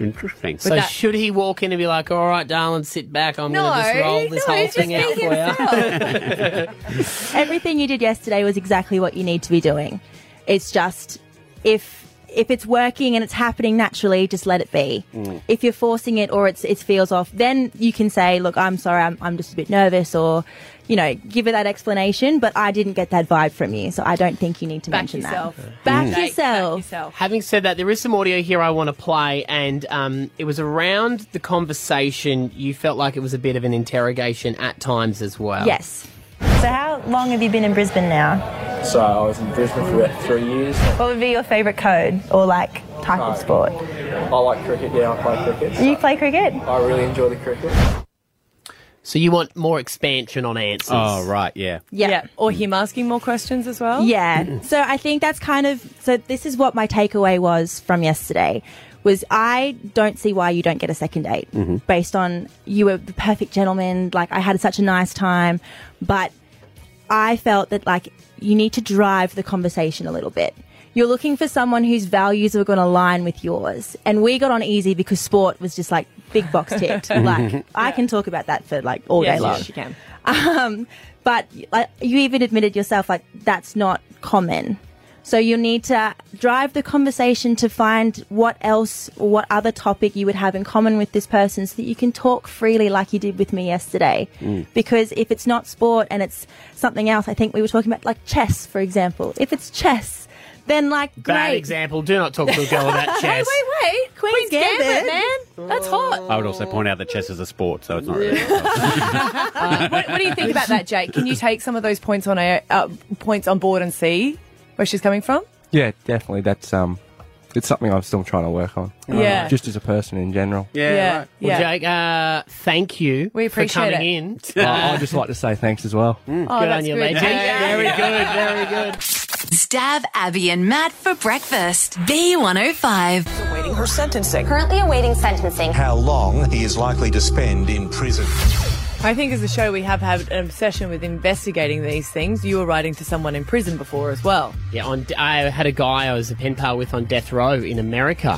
[SPEAKER 4] Interesting.
[SPEAKER 2] So
[SPEAKER 3] that-
[SPEAKER 2] should he walk in and be like, all right, darling, sit back, I'm going to just roll this whole thing out for you?
[SPEAKER 8] everything you did yesterday was exactly what you need to be doing. It's just if if it's working and it's happening naturally, just let it be. If you're forcing it or it's it feels off, then you can say, "Look, I'm sorry, I'm, I'm just a bit nervous," or you know, give it that explanation. But I didn't get that vibe from you, so I don't think you need to
[SPEAKER 3] Back
[SPEAKER 8] mention
[SPEAKER 3] yourself.
[SPEAKER 8] that. Back
[SPEAKER 3] Back
[SPEAKER 8] yourself.
[SPEAKER 3] yourself.
[SPEAKER 2] Having said that, there is some audio here I want to play, and um, it was around the conversation. You felt like it was a bit of an interrogation at times as well.
[SPEAKER 8] Yes.
[SPEAKER 11] So how long have you been in Brisbane now?
[SPEAKER 12] So I was in Brisbane for about three years.
[SPEAKER 11] What would be your favourite code or like type of sport?
[SPEAKER 12] I like cricket. Yeah, I play cricket.
[SPEAKER 11] You play cricket?
[SPEAKER 12] I really enjoy the cricket.
[SPEAKER 2] So you want more expansion on answers?
[SPEAKER 4] Oh, right, yeah.
[SPEAKER 8] Yeah.
[SPEAKER 3] Or him asking more questions as well? Mm-hmm.
[SPEAKER 8] Yeah. so I think that's kind of so this is what my takeaway was from yesterday was I don't see why you don't get a second date
[SPEAKER 3] Mm-hmm.
[SPEAKER 13] Mhm.
[SPEAKER 8] based on you were the perfect gentleman, like I had such a nice time, but I felt that like you need to drive the conversation a little bit. You're looking for someone whose values are going to align with yours. And we got on easy because sport was just like big box
[SPEAKER 3] [laughs]
[SPEAKER 8] ticked. like, I can talk about that for like all
[SPEAKER 3] Yes,
[SPEAKER 8] day long.
[SPEAKER 3] yes, you can.
[SPEAKER 8] Um, but like, you even admitted yourself, like, that's not common. So you need to drive the conversation to find what else, or what other topic you would have in common with this person so that you can talk freely like you did with me yesterday.
[SPEAKER 13] Mm.
[SPEAKER 8] Because if it's not sport and it's something else, I think we were talking about like chess, for example. If it's chess, then like
[SPEAKER 2] Bad
[SPEAKER 8] great.
[SPEAKER 2] example. Do not talk to a
[SPEAKER 3] [laughs]
[SPEAKER 2] girl about chess.
[SPEAKER 8] wait, wait. Queen's, Gambit.
[SPEAKER 3] Gambit, man. That's hot.
[SPEAKER 4] I would also point out that chess is a sport, so it's not really.
[SPEAKER 3] What, what do you think about that, Jake? Can you take some of those points on air, uh, points on board and see where she's coming from?
[SPEAKER 9] Yeah, definitely. That's um, it's something I'm still trying to work on.
[SPEAKER 3] Yeah.
[SPEAKER 9] Just as a person in general.
[SPEAKER 3] Yeah, right. yeah.
[SPEAKER 2] Well, Jake, uh, thank you.
[SPEAKER 3] We
[SPEAKER 2] for
[SPEAKER 3] appreciate
[SPEAKER 2] coming
[SPEAKER 3] it.
[SPEAKER 2] in. Uh,
[SPEAKER 9] Well, I'd just like to say thanks as well.
[SPEAKER 3] Mm.
[SPEAKER 2] Oh, Good on that's you, good. legend. Yeah. Very
[SPEAKER 6] good, very good. Stab Abby and Matt for breakfast. B105. Awaiting her sentencing. Currently awaiting sentencing.
[SPEAKER 1] How long he is likely to spend in prison.
[SPEAKER 3] I think as a show we have had an obsession with investigating these things. You were writing to someone in prison before as well.
[SPEAKER 2] Yeah, on, I had a guy I was a pen pal with on death row in America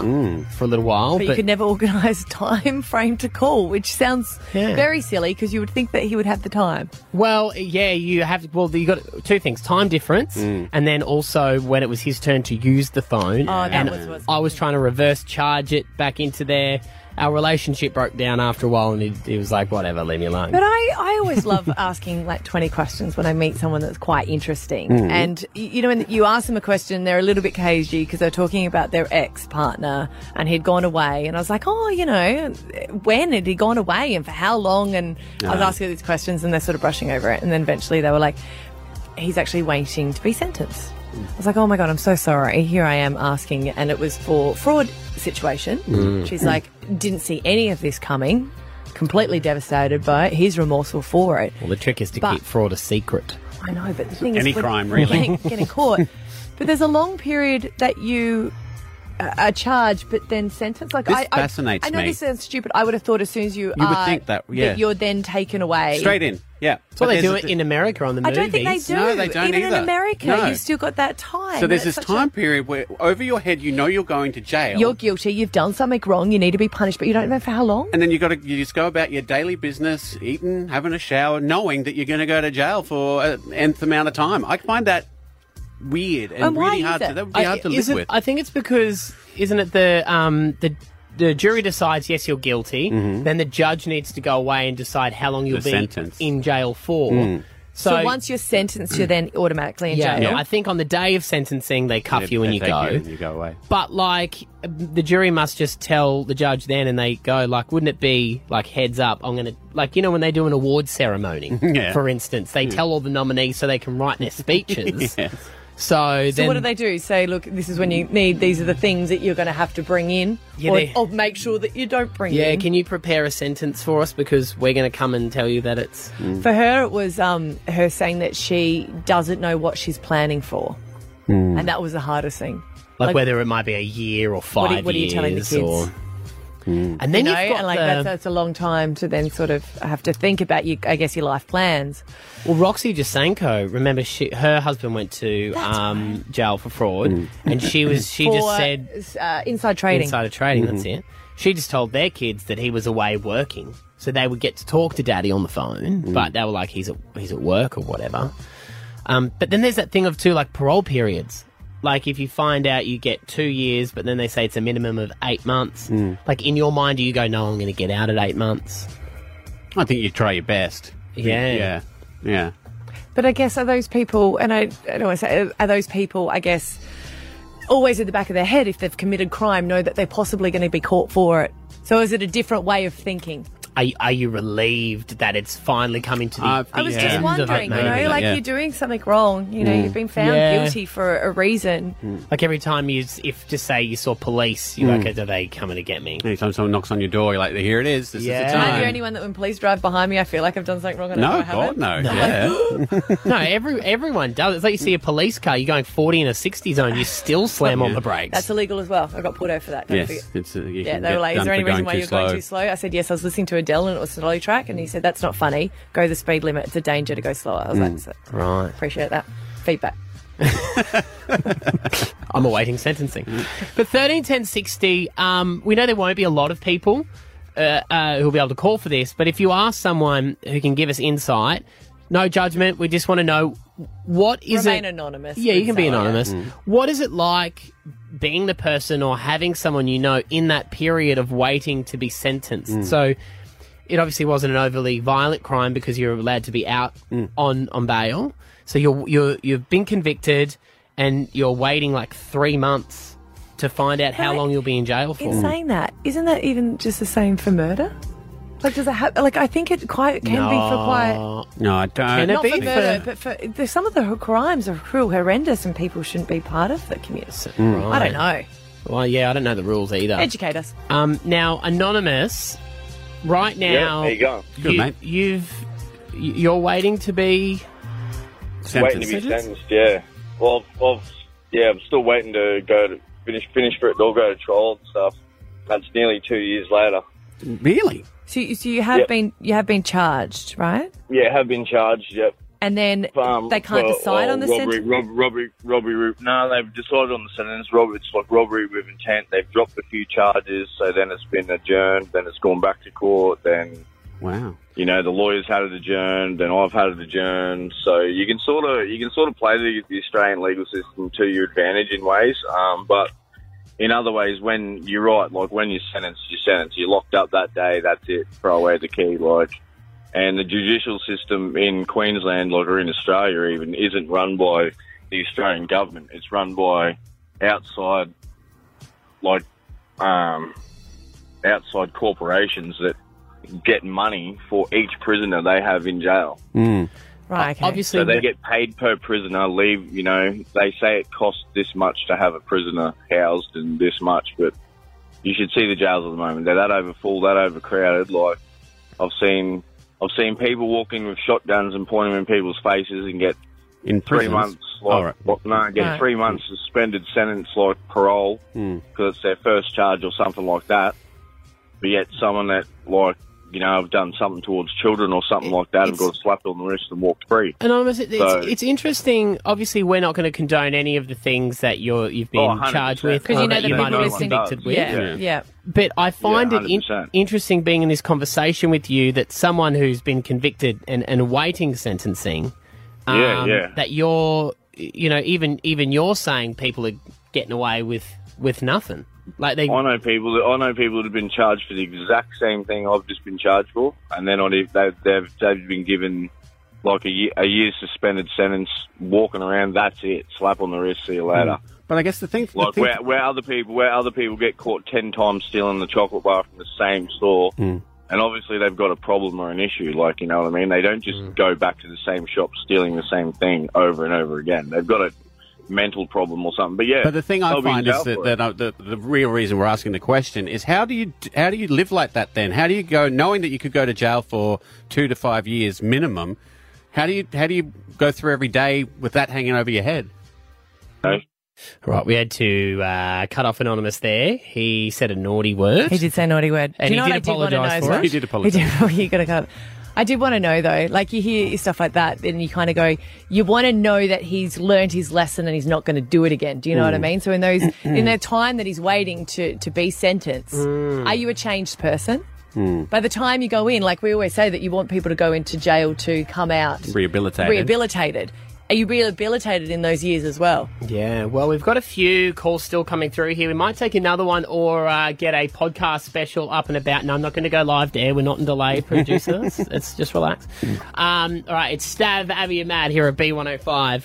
[SPEAKER 2] for a little while.
[SPEAKER 3] but, you could never [laughs] organise a time frame to call, which sounds
[SPEAKER 2] Yeah.
[SPEAKER 3] very silly because you would think that he would have the time.
[SPEAKER 2] Well, yeah, you have. Well, you got two things: time difference, and then also when it was his turn to use the phone.
[SPEAKER 3] Oh, that
[SPEAKER 2] and
[SPEAKER 3] was what's
[SPEAKER 2] I was trying to reverse charge it back into there. Our relationship broke down after a while, and he, he was like, "Whatever, leave me alone."
[SPEAKER 3] But I, I always love [laughs] asking like 20 questions when I meet someone that's quite interesting.
[SPEAKER 2] Mm.
[SPEAKER 3] And, y- you know, when you ask them a question, they're a little bit cagey because they're talking about their ex partner and he'd gone away. And I was like, oh, you know, when had he gone away and for how long? And I was
[SPEAKER 13] Ah.
[SPEAKER 3] asking these questions and they're sort of brushing over it. And then eventually they were like, he's actually waiting to be sentenced. I was like, oh my God, I'm so sorry. Here I am asking. And it was for fraud situation.
[SPEAKER 13] Mm.
[SPEAKER 3] She's
[SPEAKER 13] Mm.
[SPEAKER 3] like, didn't see any of this coming. Completely devastated by it. He's remorseful for it.
[SPEAKER 2] well, the trick is to
[SPEAKER 3] But-
[SPEAKER 2] keep fraud a secret.
[SPEAKER 3] I know, but the thing is,
[SPEAKER 2] Any
[SPEAKER 3] when-
[SPEAKER 2] crime,
[SPEAKER 3] when
[SPEAKER 2] really.
[SPEAKER 3] you Get in
[SPEAKER 4] [laughs]
[SPEAKER 3] court. But there's a long period that you uh, are charged, but then sentenced. Like
[SPEAKER 4] This
[SPEAKER 3] I, I,
[SPEAKER 4] fascinates
[SPEAKER 3] I know
[SPEAKER 4] me.
[SPEAKER 3] this sounds stupid. I would have thought as soon as you,
[SPEAKER 4] You would
[SPEAKER 3] are-
[SPEAKER 4] think that, yeah.
[SPEAKER 3] you're then taken away
[SPEAKER 4] Straight in, yeah.
[SPEAKER 2] That's
[SPEAKER 4] But
[SPEAKER 2] why they do
[SPEAKER 4] there's
[SPEAKER 2] it
[SPEAKER 4] a-
[SPEAKER 2] in America on the
[SPEAKER 3] I
[SPEAKER 2] movies.
[SPEAKER 3] don't think they do.
[SPEAKER 4] No, they don't
[SPEAKER 3] Even in
[SPEAKER 4] either.
[SPEAKER 3] America,
[SPEAKER 4] No.
[SPEAKER 3] you've still got that time.
[SPEAKER 4] So there's
[SPEAKER 3] That's
[SPEAKER 4] this
[SPEAKER 3] such a-
[SPEAKER 4] time period where over your head you know you're going to jail.
[SPEAKER 3] You're guilty. You've done something wrong. You need to be punished, but you don't know for how long.
[SPEAKER 4] and then you got to you just go about your daily business, eating, having a shower, knowing that you're going to go to jail for an nth amount of time. I find that weird and, really hard. To, that would be
[SPEAKER 2] I-
[SPEAKER 4] hard to live
[SPEAKER 2] isn't-
[SPEAKER 4] with.
[SPEAKER 2] I think it's because isn't it the um the the jury decides yes you're guilty, then the judge needs to go away and decide how long you'll
[SPEAKER 4] Mm-hmm. The
[SPEAKER 2] be
[SPEAKER 4] sentence.
[SPEAKER 2] in jail for.
[SPEAKER 4] Mm.
[SPEAKER 3] So, once you're sentenced, you're then automatically in
[SPEAKER 2] yeah,
[SPEAKER 3] jail.
[SPEAKER 2] I think on the day of sentencing they cuff you and
[SPEAKER 4] They
[SPEAKER 2] you
[SPEAKER 4] take
[SPEAKER 2] go.
[SPEAKER 4] and you go away.
[SPEAKER 2] But like the jury must just tell the judge then, and they go like, wouldn't it be like heads up? I'm gonna like you know when they do an award ceremony,
[SPEAKER 4] [laughs] Yeah.
[SPEAKER 2] for instance, they
[SPEAKER 4] Mm.
[SPEAKER 2] tell all the nominees so they can write their speeches.
[SPEAKER 4] [laughs] Yes.
[SPEAKER 2] So,
[SPEAKER 3] So
[SPEAKER 2] then
[SPEAKER 3] what do they do? Say, look, this is when you need. These are the things that you're going to have to bring in,
[SPEAKER 2] Yeah,
[SPEAKER 3] or,
[SPEAKER 2] they-
[SPEAKER 3] or make sure that you don't bring
[SPEAKER 2] Yeah,
[SPEAKER 3] in.
[SPEAKER 2] can you prepare a sentence for us because we're going to come and tell you that it's
[SPEAKER 3] For her, it was um, her saying that she doesn't know what she's planning for,
[SPEAKER 2] Hmm.
[SPEAKER 3] and that was the hardest thing.
[SPEAKER 2] like, whether it might be a year or
[SPEAKER 3] What
[SPEAKER 2] five.
[SPEAKER 3] are you- what are you telling the
[SPEAKER 2] years
[SPEAKER 3] kids?
[SPEAKER 2] Or, and then
[SPEAKER 3] you
[SPEAKER 2] you
[SPEAKER 3] know,
[SPEAKER 2] have got
[SPEAKER 3] and like
[SPEAKER 2] the-
[SPEAKER 3] that's, that's a long time to then sort of have to think about you. I guess your life plans.
[SPEAKER 2] well, Roxy Jasenko. Remember, she, her husband went to um, jail for fraud, and she was she just
[SPEAKER 3] For,
[SPEAKER 2] said
[SPEAKER 3] uh, inside trading.
[SPEAKER 2] insider trading. That's
[SPEAKER 3] Mhm.
[SPEAKER 2] it. She just told their kids that he was away working, so they would get to talk to Daddy on the phone,
[SPEAKER 3] Mm.
[SPEAKER 2] but they were like, he's at he's at work or whatever. Um, but then there's that thing of too, like parole periods. Like if you find out you get two years, but then they say it's a minimum of eight months.
[SPEAKER 3] Mm.
[SPEAKER 2] Like in your mind, do you go, no, I'm going to get out at eight months?
[SPEAKER 4] I think you try your best.
[SPEAKER 2] Yeah.
[SPEAKER 4] yeah, yeah.
[SPEAKER 3] But I guess are those people, and I, I don't want to say, are those people, I guess, always at the back of their head if they've committed crime, know that they're possibly going to be caught for it? So is it a different way of thinking?
[SPEAKER 2] Are, are you relieved that it's finally coming to the
[SPEAKER 3] I was just
[SPEAKER 2] end of it,
[SPEAKER 3] wondering, you
[SPEAKER 2] maybe?
[SPEAKER 3] know, like you're doing something wrong. You know,
[SPEAKER 2] Mm.
[SPEAKER 3] you've been found
[SPEAKER 2] Yeah.
[SPEAKER 3] guilty for a reason.
[SPEAKER 2] Like every time you, s- if just say you saw police, you're
[SPEAKER 4] Mm.
[SPEAKER 2] like, are they coming to get me?
[SPEAKER 4] Anytime someone knocks on your door, you're like, here it is. This
[SPEAKER 2] Yeah.
[SPEAKER 4] is the
[SPEAKER 3] Am I the
[SPEAKER 4] time.
[SPEAKER 3] only one that when police drive behind me, I feel like I've done something wrong? And I know I
[SPEAKER 4] No, God,
[SPEAKER 3] haven't?
[SPEAKER 4] no.
[SPEAKER 3] [gasps]
[SPEAKER 4] Yeah.
[SPEAKER 2] no, every everyone does. It's like you see a police car, you're going 40 in a 60 zone, you still slam on the brakes.
[SPEAKER 3] That's illegal as well. I got pulled over for that. Don't
[SPEAKER 2] Yes,
[SPEAKER 3] forget.
[SPEAKER 4] it's, uh, you
[SPEAKER 3] yeah,
[SPEAKER 4] can
[SPEAKER 3] they were
[SPEAKER 4] get
[SPEAKER 3] like, "Is
[SPEAKER 4] done
[SPEAKER 3] there any
[SPEAKER 4] for
[SPEAKER 3] reason
[SPEAKER 4] going
[SPEAKER 3] why
[SPEAKER 4] too
[SPEAKER 3] you're going
[SPEAKER 4] slow."
[SPEAKER 3] too slow?" I said, "Yes, I was listening to Adele and it was a lolly track," and he said, "That's not funny. Go the speed limit. It's a danger to go slower." I was
[SPEAKER 4] Mm.
[SPEAKER 3] like, "So-
[SPEAKER 2] right.
[SPEAKER 3] "Appreciate that feedback."
[SPEAKER 2] I'm awaiting sentencing. But 13, 10, 60, um, we know there won't be a lot of people uh, uh, who'll be able to call for this, but if you are someone who can give us insight, no judgment, we just want to know what is
[SPEAKER 3] Remain
[SPEAKER 2] it.
[SPEAKER 3] anonymous.
[SPEAKER 2] Yeah, you
[SPEAKER 3] we'd
[SPEAKER 2] can be
[SPEAKER 3] say.
[SPEAKER 2] anonymous.
[SPEAKER 14] Mm.
[SPEAKER 2] What is it like being the person or having someone you know in that period of waiting to be sentenced?
[SPEAKER 13] Mm.
[SPEAKER 2] So it obviously wasn't an overly violent crime because you're allowed to be out
[SPEAKER 14] Mm.
[SPEAKER 2] on, on bail. So you're you're you've been convicted and you're waiting like three months to find out how long you'll be in jail for.
[SPEAKER 3] In saying that, isn't that even just the same for murder? Like, does it have? Like, I think it quite can be for quite.
[SPEAKER 4] No, I don't.
[SPEAKER 3] Not for murder, but for the, some of the h- crimes are cruel, horrendous, and people shouldn't be part of the community.
[SPEAKER 2] Mm.
[SPEAKER 3] I don't know.
[SPEAKER 2] Well, yeah, I don't know the rules either.
[SPEAKER 3] Educate us.
[SPEAKER 2] Um, now, anonymous, right
[SPEAKER 3] Yeah,
[SPEAKER 2] now,
[SPEAKER 14] there you go. Good, mate.
[SPEAKER 2] You've y- you're waiting to be
[SPEAKER 14] waiting to be sentenced. Yeah. Well, I've, I've, yeah, I'm still waiting to go to finish finish for it. to all go to trial and stuff. That's nearly two years later.
[SPEAKER 4] Really?
[SPEAKER 3] So, you- so you have
[SPEAKER 14] Yep.
[SPEAKER 3] been you have been charged, right?
[SPEAKER 14] Yeah, have been charged. Yep.
[SPEAKER 3] And then
[SPEAKER 14] Um,
[SPEAKER 3] they can't
[SPEAKER 14] for-
[SPEAKER 3] decide
[SPEAKER 14] oh,
[SPEAKER 3] on the
[SPEAKER 14] robbery,
[SPEAKER 3] sentence.
[SPEAKER 14] rob- robbery, robbery, rob- No, they've decided on the sentence. Robbery, it's like robbery with intent. They've dropped a few charges, so then it's been adjourned. Then it's gone back to court. Then
[SPEAKER 4] Wow.
[SPEAKER 14] you know the lawyers had it adjourned, and I've had it adjourned. So you can sort of you can sort of play the, the Australian legal system to your advantage in ways, um, but in other ways, when you're right, like when you're sentenced, you're sentenced. You're locked up that day. That's it. Throw away the key, like. And the judicial system in Queensland, like or in Australia, even isn't run by the Australian government. It's run by outside, like, um, outside corporations that get money for each prisoner they have in jail.
[SPEAKER 3] Right.
[SPEAKER 2] Obviously,
[SPEAKER 14] So they get paid per prisoner. Leave, you know, they say it costs this much to have a prisoner housed and this much, but you should see the jails at the moment. They're that overfull, that overcrowded. Like I've seen, I've seen people walk in with shotguns and point them in people's faces and get
[SPEAKER 4] in
[SPEAKER 14] three
[SPEAKER 4] prisons?
[SPEAKER 14] months. Like,
[SPEAKER 4] All right.
[SPEAKER 14] what- no, get
[SPEAKER 4] Right.
[SPEAKER 14] three months suspended sentence, like parole,
[SPEAKER 4] Mm.
[SPEAKER 14] because it's their first charge or something like that. But yet, someone that like you know have done something towards children or something like that and got slapped on the wrist and walked free.
[SPEAKER 2] anonymous. It, it's,
[SPEAKER 14] So-
[SPEAKER 2] it's interesting. Obviously, we're not going to condone any of the things that you're you've been
[SPEAKER 14] Oh, 100%.
[SPEAKER 2] charged with
[SPEAKER 14] 'Cause
[SPEAKER 2] or
[SPEAKER 14] you know
[SPEAKER 2] that
[SPEAKER 14] the
[SPEAKER 2] you
[SPEAKER 14] people
[SPEAKER 2] might have been
[SPEAKER 14] listening-
[SPEAKER 2] convicted with.
[SPEAKER 14] Yeah, Yeah. yeah.
[SPEAKER 2] But I find
[SPEAKER 14] Yeah,
[SPEAKER 2] it in- interesting being in this conversation with you that someone who's been convicted and, and awaiting sentencing, Um,
[SPEAKER 14] Yeah, yeah.
[SPEAKER 2] that you're, you know, even even you're saying people are getting away with with nothing. Like they,
[SPEAKER 14] I know people that I know people that have been charged for the exact same thing I've just been charged for, and they're not. ev- They've they've, they've been given like a year, a year's suspended sentence, walking around. That's it. Slap on the wrist. See you later.
[SPEAKER 4] But I guess the thing, the
[SPEAKER 14] Like
[SPEAKER 4] thing-
[SPEAKER 14] where, where other people where other people get caught ten times stealing the chocolate bar from the same store,
[SPEAKER 13] Hmm.
[SPEAKER 14] and obviously they've got a problem or an issue. Like you know what I mean? They don't just
[SPEAKER 13] Hmm.
[SPEAKER 14] go back to the same shop stealing the same thing over and over again. They've got a mental problem or something. [laughs] But yeah,
[SPEAKER 4] But the thing I
[SPEAKER 14] they'll be in
[SPEAKER 4] find
[SPEAKER 14] jail
[SPEAKER 4] is
[SPEAKER 14] for
[SPEAKER 4] that,
[SPEAKER 14] it.
[SPEAKER 4] that I, the, the real reason we're asking the question is how do you how do you live like that? Then how do you go knowing that you could go to jail for two to five years minimum? How do you how do you go through every day with that hanging over your head?
[SPEAKER 2] right? We had to uh, cut off anonymous there. He said a naughty word. He
[SPEAKER 3] did say naughty word,
[SPEAKER 2] and
[SPEAKER 3] Do you know
[SPEAKER 2] he
[SPEAKER 3] what I
[SPEAKER 2] did
[SPEAKER 3] did want to know
[SPEAKER 2] apologise
[SPEAKER 3] as
[SPEAKER 2] for
[SPEAKER 3] well?
[SPEAKER 2] it.
[SPEAKER 3] He did- [laughs] you got to come. I did want to know though, like you hear stuff like that, and you kind of go, you want to know that he's learned his lesson and he's not going to do it again. Do you know what I
[SPEAKER 15] Mm.
[SPEAKER 3] mean? So in those, in the time that he's waiting to to be sentenced,
[SPEAKER 15] Mm.
[SPEAKER 3] are you a changed person? By the time you go in, like we always say that you want people to go into jail to come out
[SPEAKER 4] Rehabilitated.
[SPEAKER 3] rehabilitated. Are you rehabilitated in those years as well?
[SPEAKER 2] Yeah, well, we've got a few calls still coming through here. We might take another one or uh, get a podcast special up and about. No, I'm not going to go live to air. We're not in delay, producer. Let's- Let's just relax. Um, all right, it's Stav, Abby, and Matt here at B105.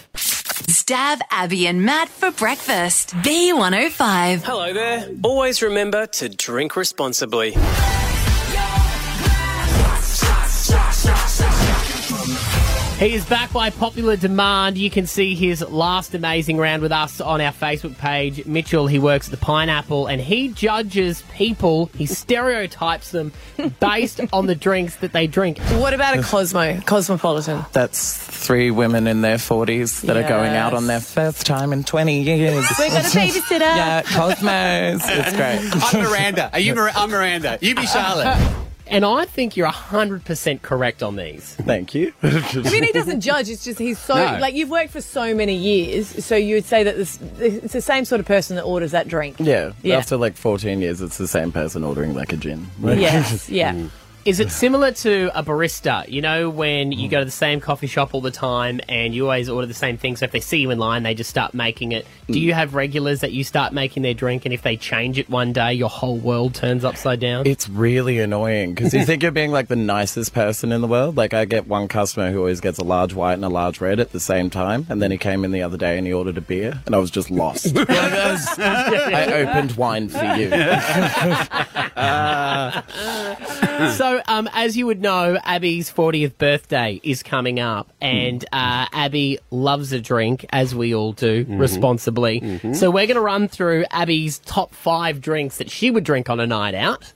[SPEAKER 6] Stab Abby and Matt for breakfast. B105.
[SPEAKER 16] Hello there. Always remember to drink responsibly.
[SPEAKER 2] He is back by popular demand. You can see his last amazing round with us on our Facebook page. Mitchell, he works at the Pineapple and he judges people, he stereotypes them based on the drinks that they drink.
[SPEAKER 3] What about a Cosmo, Cosmopolitan?
[SPEAKER 13] That's three women in their 40s that are going out on their first time in 20 years.
[SPEAKER 8] We've got a babysitter.
[SPEAKER 13] yeah, Cosmos. It's [laughs] great.
[SPEAKER 4] I'm Miranda. Are you? Mir- I'm Miranda. You be Charlotte.
[SPEAKER 2] And I think you're 100% correct on these.
[SPEAKER 13] Thank you.
[SPEAKER 3] I mean, he doesn't judge. It's just he's so
[SPEAKER 2] No.
[SPEAKER 3] like you've worked for so many years, so you would say that this it's the same sort of person that orders that drink.
[SPEAKER 13] Yeah,
[SPEAKER 3] Yeah.
[SPEAKER 13] after like 14 years, it's the same person ordering like a gin.
[SPEAKER 3] Yes, yeah. Mm.
[SPEAKER 2] Is it similar to a barista? You know, when you go to the same coffee shop all the time and you always order the same thing, so if they see you in line, they just start making it. Do you have regulars that you start making their drink, and if they change it one day, your whole world turns upside down?
[SPEAKER 13] It's really annoying because you think you're being like the nicest person in the world. Like, I get one customer who always gets a large white and a large red at the same time. And then he came in the other day and he ordered a beer, and I was just lost. Like, I was- I opened wine for you.
[SPEAKER 2] so, um, as you would know, Abby's 40th birthday is coming up, and uh, Abby loves a drink, as we all do, responsibly. So, we're going to run through Abby's top five drinks that she would drink on a night out,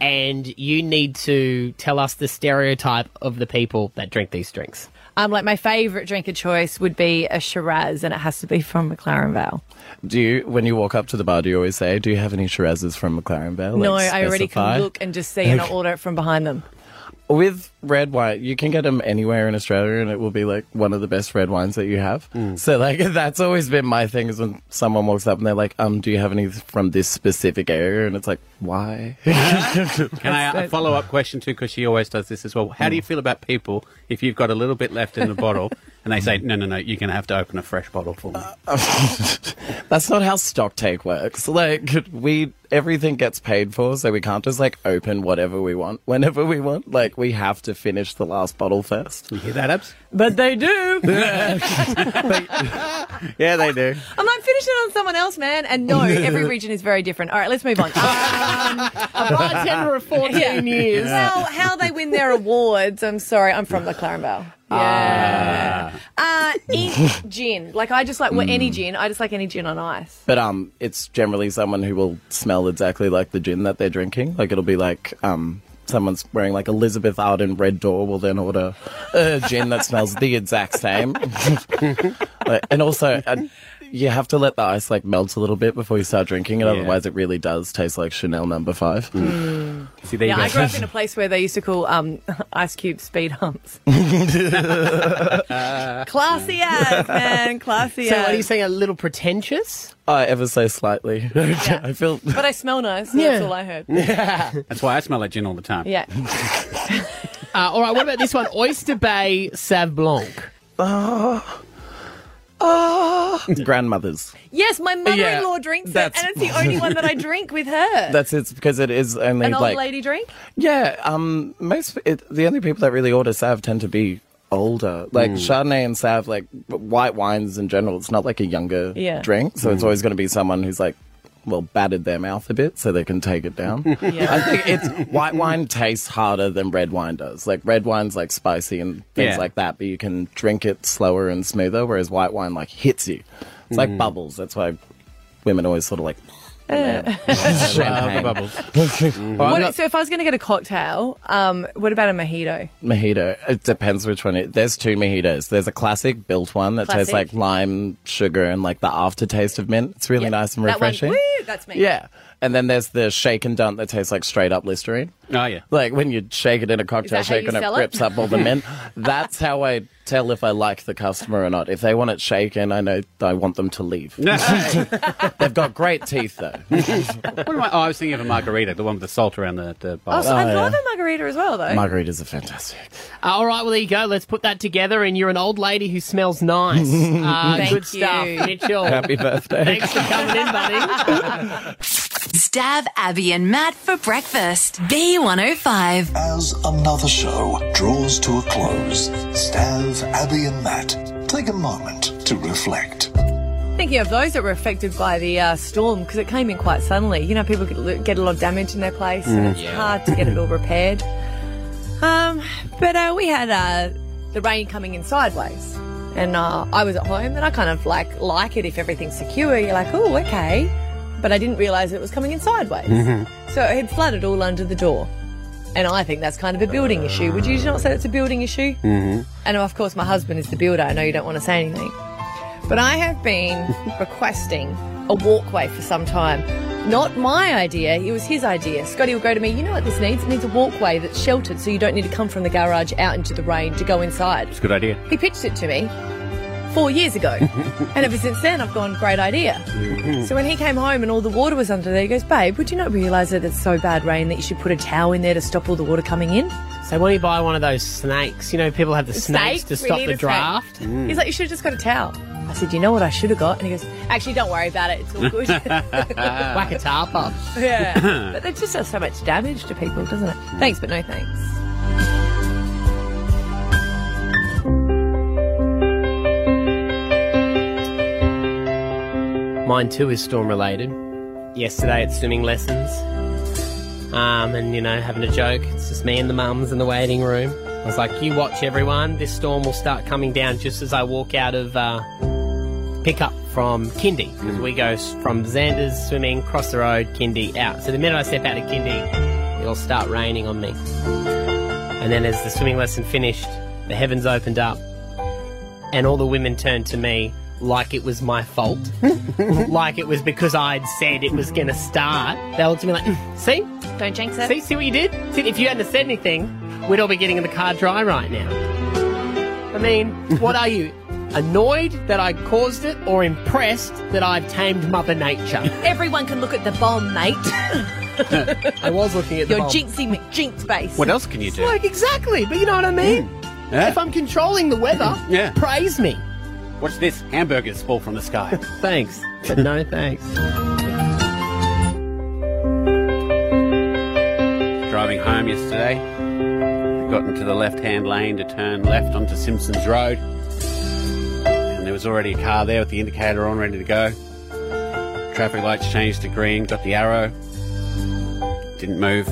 [SPEAKER 2] and you need to tell us the stereotype of the people that drink these drinks.
[SPEAKER 3] Um, like my favourite drink of choice would be a Shiraz, and it has to be from McLaren Vale.
[SPEAKER 13] Do you, when you walk up to the bar, do you always say, Do you have any Shirazes from McLaren Vale?
[SPEAKER 3] no,
[SPEAKER 13] Like,
[SPEAKER 3] I already
[SPEAKER 13] specify.
[SPEAKER 3] can look and just see, and I
[SPEAKER 13] Okay.
[SPEAKER 3] order it from behind them.
[SPEAKER 13] With red wine, you can get them anywhere in Australia, and it will be like one of the best red wines that you have. So, like, that's always been my thing is when someone walks up and they're like, "Um, do you have any from this specific area?" And it's like, "Why?"
[SPEAKER 4] Can I a follow up question too? Because she always does this as well. How do you
[SPEAKER 13] Mm.
[SPEAKER 4] feel about people if you've got a little bit left in
[SPEAKER 13] [laughs]
[SPEAKER 4] the bottle and they
[SPEAKER 13] Mm.
[SPEAKER 4] say, "No, no, no, you're going to have to open a fresh bottle for me"?
[SPEAKER 13] Uh, [laughs] that's not how stock take works. Like, we everything gets paid for, so we can't just like open whatever we want whenever we want. Like, we have to finish the last bottle first. You
[SPEAKER 4] hear that, Abs?
[SPEAKER 3] But [laughs] they do.
[SPEAKER 2] [laughs]
[SPEAKER 13] Yeah, they do.
[SPEAKER 3] I'm like, finish it on someone else, man. And no,
[SPEAKER 2] [laughs]
[SPEAKER 3] every region is very different. All right, let's move on. [laughs] Um,
[SPEAKER 2] a bartender of 14 years.
[SPEAKER 3] Well, how they win their awards. I'm sorry. I'm from McLaren Vale. Yeah. Uh,
[SPEAKER 2] Ah.
[SPEAKER 3] eat gin. Like, I just like, well,
[SPEAKER 2] Hmm.
[SPEAKER 3] any gin. I just like any gin on ice.
[SPEAKER 13] But um, it's generally someone who will smell exactly like the gin that they're drinking. Like it'll be like um, someone's wearing like Elizabeth Arden red door will then order a gin that smells the exact same. [laughs] Like, and also, uh, you have to let the ice like melt a little bit before you start drinking it.
[SPEAKER 4] Yeah.
[SPEAKER 13] Otherwise, it really does taste like Chanel Number Five.
[SPEAKER 4] See,
[SPEAKER 3] yeah, I grew
[SPEAKER 4] [laughs]
[SPEAKER 3] up in a place where they used to call um, [laughs] ice cube speed
[SPEAKER 2] [laughs]
[SPEAKER 3] humps. Classy as, man. Classy
[SPEAKER 2] So, what are you
[SPEAKER 3] as.
[SPEAKER 2] saying? A little pretentious?
[SPEAKER 13] I ever so slightly. [laughs] I feel
[SPEAKER 3] But I smell nice. so That's all I heard.
[SPEAKER 4] That's why I smell like gin all the time.
[SPEAKER 13] [laughs]
[SPEAKER 3] Yeah.
[SPEAKER 2] Uh, all right, what about this one? Oyster Bay Sav Blanc.
[SPEAKER 13] Ah. grandmothers.
[SPEAKER 3] Yes, my mother in law
[SPEAKER 13] Yeah,
[SPEAKER 3] drinks it, and
[SPEAKER 13] that's-
[SPEAKER 3] it's the only one that I
[SPEAKER 13] [laughs]
[SPEAKER 3] drink with her.
[SPEAKER 13] That's it because it is only
[SPEAKER 3] An old
[SPEAKER 13] like
[SPEAKER 3] lady drink?
[SPEAKER 13] Yeah, um, most it, the only people that really order Sav tend to be older, like Chardonnay and Sav, like white wines in general. It's not like a younger
[SPEAKER 3] Yeah.
[SPEAKER 13] drink, so it's always going to be someone who's like, well, battered their mouth a bit so they can take it down.
[SPEAKER 3] Yeah.
[SPEAKER 13] I think it's white wine tastes harder than red wine does. Like red wine's like spicy and things
[SPEAKER 4] Yeah.
[SPEAKER 13] like that, but you can drink it slower and smoother, whereas white wine like hits you. It's
[SPEAKER 4] Mm.
[SPEAKER 13] like bubbles. That's why women always sort of like.
[SPEAKER 3] [laughs]
[SPEAKER 13] Champagne.
[SPEAKER 4] bubbles.
[SPEAKER 13] Well, I'm
[SPEAKER 3] Eh. What-
[SPEAKER 13] not-
[SPEAKER 3] so if I was going to get a cocktail, um, what about a mojito?
[SPEAKER 13] Mojito. It depends which one. It, there's two mojitos. There's a classic built one that tastes
[SPEAKER 3] Classic.
[SPEAKER 13] like lime, sugar, and like the aftertaste of mint. It's really nice and
[SPEAKER 3] That one,
[SPEAKER 13] refreshing.
[SPEAKER 3] woo, that's me.
[SPEAKER 13] Yeah. And then there's the shake and dump that tastes like straight up Listerine.
[SPEAKER 4] Oh yeah.
[SPEAKER 13] Like when you shake it in a cocktail
[SPEAKER 3] Is that how
[SPEAKER 13] shaker
[SPEAKER 3] you
[SPEAKER 13] and it
[SPEAKER 3] sell it?
[SPEAKER 13] rips up all the mint. That's how I tell if I like the customer or not. If they want it shaken, I know I want them to leave. [laughs] They've got great teeth though.
[SPEAKER 4] [laughs] What am I, oh, I was thinking of a margarita, the one with the salt around the, the
[SPEAKER 3] Oh,
[SPEAKER 4] bowl.
[SPEAKER 3] so I'd
[SPEAKER 13] yeah.
[SPEAKER 3] love a margarita as well, though.
[SPEAKER 13] Margaritas are fantastic.
[SPEAKER 2] Uh, all right, well, there you go. Let's put that together, and you're an old lady who smells
[SPEAKER 3] [laughs]
[SPEAKER 2] nice. Uh,
[SPEAKER 6] Thank
[SPEAKER 2] good stuff,
[SPEAKER 6] you.
[SPEAKER 2] Mitchell.
[SPEAKER 13] Happy birthday.
[SPEAKER 2] Thanks for coming in, buddy.
[SPEAKER 6] Stab Abby and Matt for breakfast. B105.
[SPEAKER 1] As another show draws to a close, Stav, Abby, and Matt take a moment to reflect.
[SPEAKER 3] Thinking of those that were affected by the uh, storm because it came in quite suddenly. You know, people get, lo- get a lot of damage in their place, and
[SPEAKER 13] Mm.
[SPEAKER 3] it's hard to get it all repaired. Um, but uh, we had uh, the rain coming in sideways. And uh, I was at home, and I kind of like like it if everything's secure. You're like, oh, okay, but I didn't realise it was coming in sideways. So it had flooded all under the door. And I think that's kind of a building issue. Would you not say it's a building issue?
[SPEAKER 15] Mm-hmm.
[SPEAKER 3] And of course, my husband is the builder. I know you don't want to say anything. But I have been requesting a walkway for some time. Not my idea, it was his idea. Scotty would go to me, you know what this needs? It needs a walkway that's sheltered so you don't need to come from the garage out into the rain to go inside.
[SPEAKER 4] It's a good idea.
[SPEAKER 3] He pitched it to me four years ago. and ever since then, I've gone, great idea. So when he came home and all the water was under there, he goes, Babe, would you not realise that it's so bad rain that you should put a towel in there to stop all the water coming in?
[SPEAKER 2] So why don't you buy one of those snakes? You know, people have the snakes to
[SPEAKER 3] We
[SPEAKER 2] stop
[SPEAKER 3] need
[SPEAKER 2] the
[SPEAKER 3] a snake.
[SPEAKER 2] draft.
[SPEAKER 4] Mm.
[SPEAKER 3] He's like, you should have just got a towel. I said, you know what I should have got? And he goes, actually, don't worry about it. It's all
[SPEAKER 4] [laughs]
[SPEAKER 3] good. [laughs]
[SPEAKER 2] Whack a tarp up.
[SPEAKER 3] Yeah. but it just does so much damage to people, doesn't it?
[SPEAKER 4] Mm.
[SPEAKER 3] Thanks, but no thanks.
[SPEAKER 2] Mine too is storm related. Yesterday at swimming lessons, um, and you know having a joke. It's just me and the mums in the waiting room. I was like, "You watch everyone. This storm will start coming down just as I walk out of uh, pickup from Kindy because we go s- from Xander's swimming cross the road, Kindy out. So the minute I step out of Kindy, it'll start raining on me. And then as the swimming lesson finished, the heavens opened up, and all the women turned to me like it was my fault. like it was because I'd said it was going to start. They all to me like, "Mm, see?
[SPEAKER 3] Don't jinx it.
[SPEAKER 2] See, see what you did? See, if you hadn't have said anything, we'd all be getting in the car dry right now.
[SPEAKER 4] [laughs]
[SPEAKER 2] I mean, what are you? Annoyed that I caused it or impressed that I've tamed Mother Nature?
[SPEAKER 3] Everyone can look at the bomb,
[SPEAKER 4] [laughs]
[SPEAKER 3] mate.
[SPEAKER 2] I was looking at the
[SPEAKER 3] You're
[SPEAKER 2] bomb.
[SPEAKER 3] jinxing me. Jinx base.
[SPEAKER 4] What else can you
[SPEAKER 2] It's
[SPEAKER 4] do?
[SPEAKER 2] Like, exactly, but you know what I mean?
[SPEAKER 4] Yeah.
[SPEAKER 2] If I'm controlling the weather,
[SPEAKER 4] Mm. [laughs] Yeah.
[SPEAKER 2] praise me.
[SPEAKER 4] Watch this. Hamburgers fall from the sky.
[SPEAKER 2] thanks, but no thanks.
[SPEAKER 4] Driving home yesterday, got into the left-hand lane to turn left onto Simpsons Road, and there was already a car there with the indicator on, ready to go. Traffic lights changed to green. Got the arrow. Didn't move.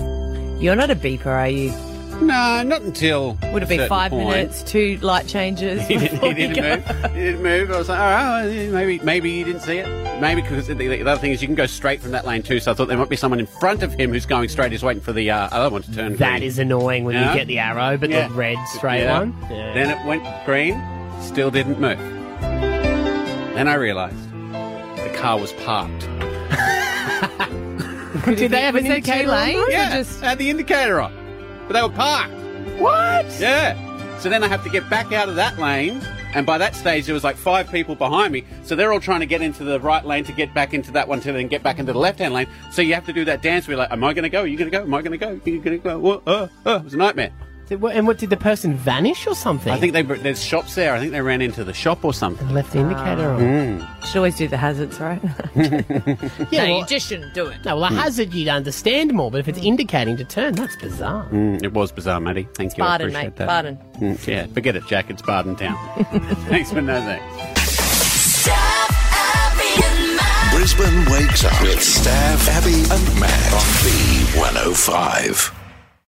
[SPEAKER 3] You're not a beeper, are you?
[SPEAKER 4] No, not until.
[SPEAKER 3] Would it be
[SPEAKER 4] certain
[SPEAKER 3] five
[SPEAKER 4] point.
[SPEAKER 3] minutes, two light changes?
[SPEAKER 4] [laughs] He didn't,
[SPEAKER 3] before
[SPEAKER 4] he
[SPEAKER 3] you
[SPEAKER 4] didn't
[SPEAKER 3] go?
[SPEAKER 4] move. He didn't move. I was like, all right, well, maybe maybe he didn't see it. Maybe because the, the other thing is you can go straight from that lane too. So I thought there might be someone in front of him who's going straight. He's waiting for the uh, other one to turn.
[SPEAKER 2] That
[SPEAKER 4] green.
[SPEAKER 2] is annoying when
[SPEAKER 4] Yeah.
[SPEAKER 2] you get the arrow, but
[SPEAKER 4] Yeah.
[SPEAKER 2] the red straight
[SPEAKER 4] Yeah.
[SPEAKER 2] one.
[SPEAKER 4] Then it went green. Still didn't move. Then I realised the car was parked.
[SPEAKER 2] Did, they have an
[SPEAKER 3] within two
[SPEAKER 2] indicator?
[SPEAKER 3] lanes or
[SPEAKER 4] Yeah,
[SPEAKER 3] just-
[SPEAKER 4] had the indicator on, but they were parked.
[SPEAKER 2] What?
[SPEAKER 4] Yeah. So then I have to get back out of that lane, and by that stage there was like five people behind me, so they're all trying to get into the right lane to get back into that one to then get back into the left hand lane. So you have to do that dance. We're like, am I going to go? Are you going to go? Am I going to go? Are you going to go? Whoa, uh, uh. It was a nightmare.
[SPEAKER 2] Did- what- And what did the person vanish or something?
[SPEAKER 4] I think they there's shops there. I think they ran into the shop or something.
[SPEAKER 2] left the indicator
[SPEAKER 4] Ah.
[SPEAKER 2] on.
[SPEAKER 4] Mm.
[SPEAKER 3] Should always do the hazards,
[SPEAKER 4] [laughs]
[SPEAKER 3] right? [laughs]
[SPEAKER 2] Yeah,
[SPEAKER 3] no,
[SPEAKER 2] well-
[SPEAKER 3] you just shouldn't do it.
[SPEAKER 2] No, well, a hazard you'd understand more, but if it's indicating to turn, that's bizarre.
[SPEAKER 4] Mm, it was bizarre, Maddie. Thank you.
[SPEAKER 2] Baden,
[SPEAKER 4] I appreciate
[SPEAKER 2] mate,
[SPEAKER 4] that.
[SPEAKER 2] Baden.
[SPEAKER 4] Mm, yeah, forget it, Jack. It's Baden town. [laughs] thanks for no thanks.
[SPEAKER 1] oh Brisbane wakes up with Stav, Abby, and Matt on B105.